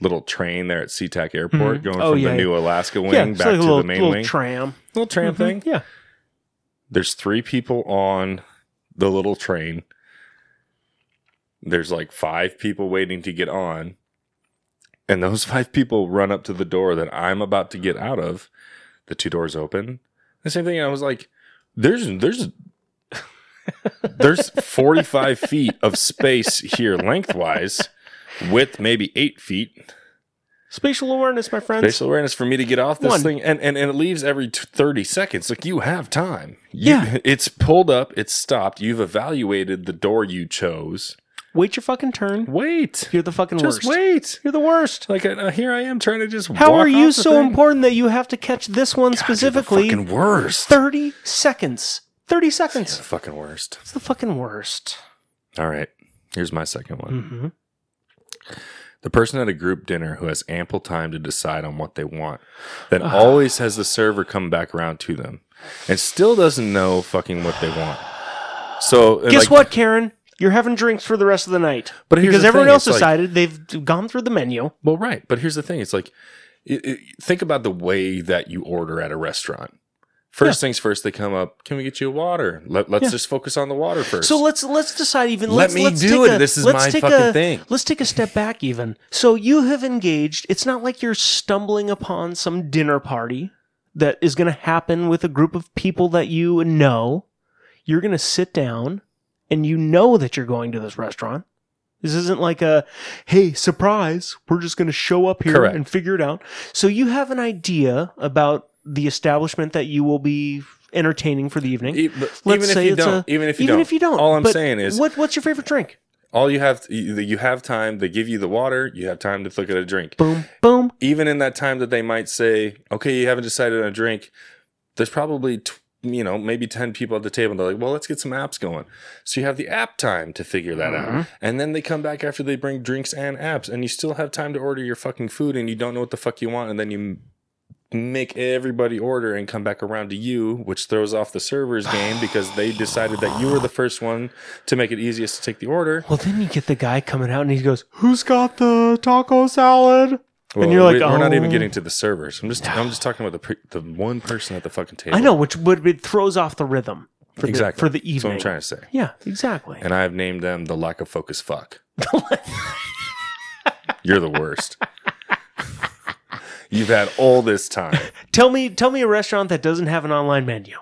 [SPEAKER 1] little train there at SeaTac Airport,
[SPEAKER 2] Mhm.
[SPEAKER 1] going
[SPEAKER 2] Oh,
[SPEAKER 1] from
[SPEAKER 2] yeah,
[SPEAKER 1] the
[SPEAKER 2] yeah.
[SPEAKER 1] new Alaska wing
[SPEAKER 2] yeah,
[SPEAKER 1] back
[SPEAKER 2] it's like
[SPEAKER 1] to
[SPEAKER 2] a little,
[SPEAKER 1] the main
[SPEAKER 2] little
[SPEAKER 1] wing,
[SPEAKER 2] tram.
[SPEAKER 1] little tram
[SPEAKER 2] Mhm,
[SPEAKER 1] thing
[SPEAKER 2] Yeah.
[SPEAKER 1] there's three people on the little train. There's like five people waiting to get on. And those [laughs] five people run up to the door that I'm about to get out of. The two doors open. The same thing. I was like, there's there's [laughs] there's 45 feet of space here lengthwise with maybe eight feet
[SPEAKER 2] Spatial awareness, my friends.
[SPEAKER 1] spatial awareness for me to get off this
[SPEAKER 2] One.
[SPEAKER 1] thing and, and and it leaves every t- 30 seconds like you have time You-
[SPEAKER 2] Yeah.
[SPEAKER 1] it's pulled up it's stopped you've evaluated the door you chose
[SPEAKER 2] Wait your fucking turn.
[SPEAKER 1] wait
[SPEAKER 2] You're the fucking
[SPEAKER 1] just
[SPEAKER 2] worst.
[SPEAKER 1] wait
[SPEAKER 2] You're the worst.
[SPEAKER 1] like uh, here i am trying to just
[SPEAKER 2] How
[SPEAKER 1] walk
[SPEAKER 2] are you
[SPEAKER 1] off the
[SPEAKER 2] so
[SPEAKER 1] thing.
[SPEAKER 2] important that you have to catch this one
[SPEAKER 1] God, you're the
[SPEAKER 2] specifically?
[SPEAKER 1] fucking worst
[SPEAKER 2] 30 seconds. 30 seconds.
[SPEAKER 1] You're the fucking worst
[SPEAKER 2] It's the fucking worst.
[SPEAKER 1] all right here's my second one
[SPEAKER 2] Mm-hmm.
[SPEAKER 1] The person at a group dinner who has ample time to decide on what they want, then
[SPEAKER 2] Ah.
[SPEAKER 1] always has the server come back around to them and still doesn't know fucking what they want. So
[SPEAKER 2] Guess
[SPEAKER 1] like,
[SPEAKER 2] what, Karen? You're having drinks for the rest of the night.
[SPEAKER 1] But here's
[SPEAKER 2] because
[SPEAKER 1] the
[SPEAKER 2] everyone
[SPEAKER 1] thing,
[SPEAKER 2] else
[SPEAKER 1] it's like-
[SPEAKER 2] decided they've gone through the menu.
[SPEAKER 1] Well, right. But here's the thing it's like, it, it, think about the way that you order at a restaurant. First things first, they come up, can we get you a water? Let, let's
[SPEAKER 2] Yeah.
[SPEAKER 1] just focus on the water first.
[SPEAKER 2] So let's let's decide even.
[SPEAKER 1] Let
[SPEAKER 2] let's,
[SPEAKER 1] me
[SPEAKER 2] let's
[SPEAKER 1] do
[SPEAKER 2] take
[SPEAKER 1] it.
[SPEAKER 2] A,
[SPEAKER 1] This is
[SPEAKER 2] let's
[SPEAKER 1] my
[SPEAKER 2] take
[SPEAKER 1] fucking
[SPEAKER 2] a,
[SPEAKER 1] thing.
[SPEAKER 2] Let's take a step back even. So you have engaged. It's not like you're stumbling upon some dinner party that is going to happen with a group of people that you know. You're going to sit down, and you know that you're going to this restaurant. This isn't like a hey surprise. We're just going to show up here
[SPEAKER 1] Correct.
[SPEAKER 2] and figure it out. So you have an idea about the establishment that you will be entertaining for the evening.
[SPEAKER 1] E- but
[SPEAKER 2] Let's
[SPEAKER 1] even if
[SPEAKER 2] say
[SPEAKER 1] you
[SPEAKER 2] it's
[SPEAKER 1] don't,
[SPEAKER 2] a-
[SPEAKER 1] even if you don't, all I'm
[SPEAKER 2] but
[SPEAKER 1] saying is
[SPEAKER 2] what, what's your favorite drink?
[SPEAKER 1] all you have, to, you you have time. They give you the water. You have time to look at a drink.
[SPEAKER 2] Boom, boom.
[SPEAKER 1] Even in that time that they might say, okay, you haven't decided on a drink. There's probably, t- you know, maybe 10 people at the table. They're like, well, let's get some apps going. So you have the app time to figure that out. And then they come back after they bring drinks and apps, and you still have time to order your fucking food, and you don't know what the fuck you want. And then you m- make everybody order and come back around to you, which throws off the server's game because they decided that you were the first one to make it easiest to take the order.
[SPEAKER 2] Well, then you get the guy coming out and he goes, "Who's got the taco salad?" and you're like,
[SPEAKER 1] we, are not even
[SPEAKER 2] "Oh."
[SPEAKER 1] getting to the servers. I'm just, I'm just talking about the pre- the one person at the fucking table.
[SPEAKER 2] I know, which would it throws off the rhythm for
[SPEAKER 1] exactly
[SPEAKER 2] the, for the
[SPEAKER 1] That's what
[SPEAKER 2] evening.
[SPEAKER 1] I'm trying to say.
[SPEAKER 2] Yeah, exactly.
[SPEAKER 1] And I've named them the lack of focus
[SPEAKER 2] [laughs]
[SPEAKER 1] fuck. You're the worst. You've had all this time.
[SPEAKER 2] tell me, tell me a restaurant that doesn't have an online menu.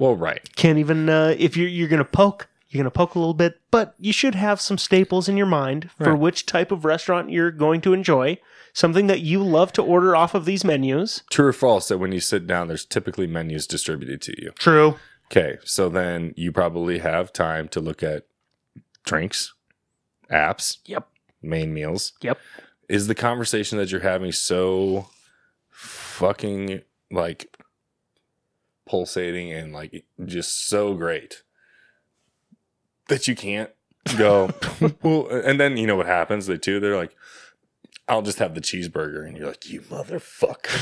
[SPEAKER 1] Well, right.
[SPEAKER 2] Can't even uh, if you're you're gonna poke, you're gonna poke a little bit, but you should have some staples in your mind for
[SPEAKER 1] Right.
[SPEAKER 2] which type of restaurant you're going to enjoy. Something that you love to order off of these menus.
[SPEAKER 1] True or false that when you sit down, there's typically menus distributed to you.
[SPEAKER 2] True.
[SPEAKER 1] Okay, so then you probably have time to look at drinks, apps.
[SPEAKER 2] Yep.
[SPEAKER 1] Main meals.
[SPEAKER 2] Yep.
[SPEAKER 1] Is the conversation that you're having so fucking like pulsating and like just so great that you can't
[SPEAKER 2] [laughs]
[SPEAKER 1] go well and then you know what happens they too they're like I'll just have the cheeseburger and you're like you motherfucker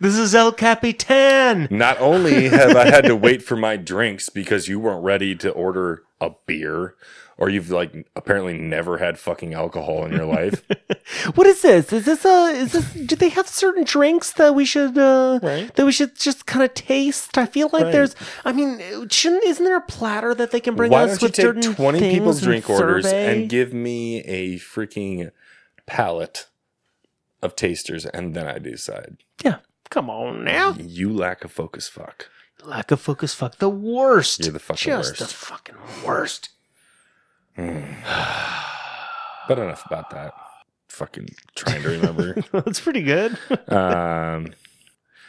[SPEAKER 2] this is El Capitan.
[SPEAKER 1] Not only have I had to wait for my drinks because you weren't ready to order a beer or you've like apparently never had fucking alcohol
[SPEAKER 2] [laughs]
[SPEAKER 1] in your life.
[SPEAKER 2] What is this? Is this a? Is this? Do they have certain drinks that we should uh,
[SPEAKER 1] Right.
[SPEAKER 2] that we should just kind of taste? I feel like
[SPEAKER 1] Right.
[SPEAKER 2] there's. I mean, shouldn't? Isn't there a platter that they can bring
[SPEAKER 1] Why
[SPEAKER 2] us
[SPEAKER 1] don't you
[SPEAKER 2] with
[SPEAKER 1] take
[SPEAKER 2] certain
[SPEAKER 1] 20
[SPEAKER 2] things
[SPEAKER 1] people's
[SPEAKER 2] and
[SPEAKER 1] drink orders
[SPEAKER 2] survey?
[SPEAKER 1] and give me a freaking palette of tasters and then I decide.
[SPEAKER 2] Come on now.
[SPEAKER 1] You lack a focus fuck. [sighs]
[SPEAKER 2] Lack of focus. Fuck the worst.
[SPEAKER 1] You're the fucking
[SPEAKER 2] Just
[SPEAKER 1] worst.
[SPEAKER 2] the fucking worst. [laughs]
[SPEAKER 1] But enough about that. Fucking trying to remember.
[SPEAKER 2] That's pretty good. [laughs]
[SPEAKER 1] um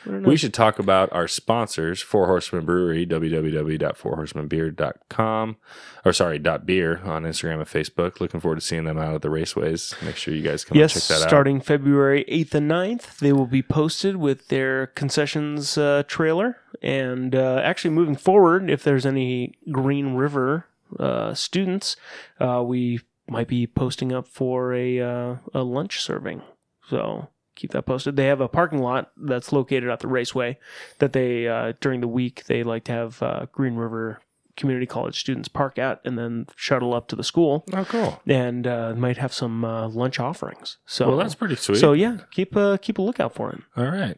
[SPEAKER 2] I don't know.
[SPEAKER 1] We should talk about our sponsors, Four Horsemen Brewery, www.fourhorsemenbeer.com, or sorry, dot .beer on Instagram and Facebook. Looking forward to seeing them out at the raceways. Make sure you guys come
[SPEAKER 2] yes,
[SPEAKER 1] and check that
[SPEAKER 2] starting February 8th and 9th, they will be posted with their concessions uh, trailer. And uh, actually, moving forward, if there's any Green River uh, students, uh, we might be posting up for a, uh, a lunch serving. So keep that posted. They have a parking lot that's located at the raceway that they, uh, during the week, they like to have uh, Green River Community College students park at and then shuttle up to the school
[SPEAKER 1] out. Oh, cool.
[SPEAKER 2] and uh, might have some uh, lunch offerings. So
[SPEAKER 1] well, that's pretty sweet.
[SPEAKER 2] so yeah, keep uh, keep a lookout for him.
[SPEAKER 1] All right.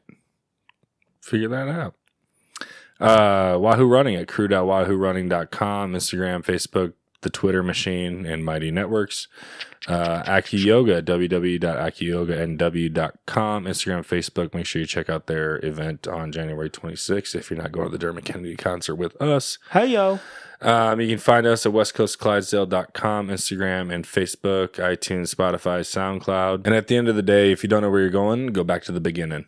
[SPEAKER 1] Figure that out. Uh, Wahoo Running at crew.wahoorunning.com, Instagram, Facebook, the Twitter machine, and Mighty Networks. Uh, Aki Yoga, www.akiyoganw.com, Instagram, Facebook. Make sure you check out their event on January 26th if you're not going to the Dermot Kennedy concert with us.
[SPEAKER 2] Hey yo,
[SPEAKER 1] Um, you can find us at westcoastclydesdale.com, Instagram and Facebook, iTunes, Spotify, SoundCloud. And at the end of the day, if you don't know where you're going, go back to the beginning.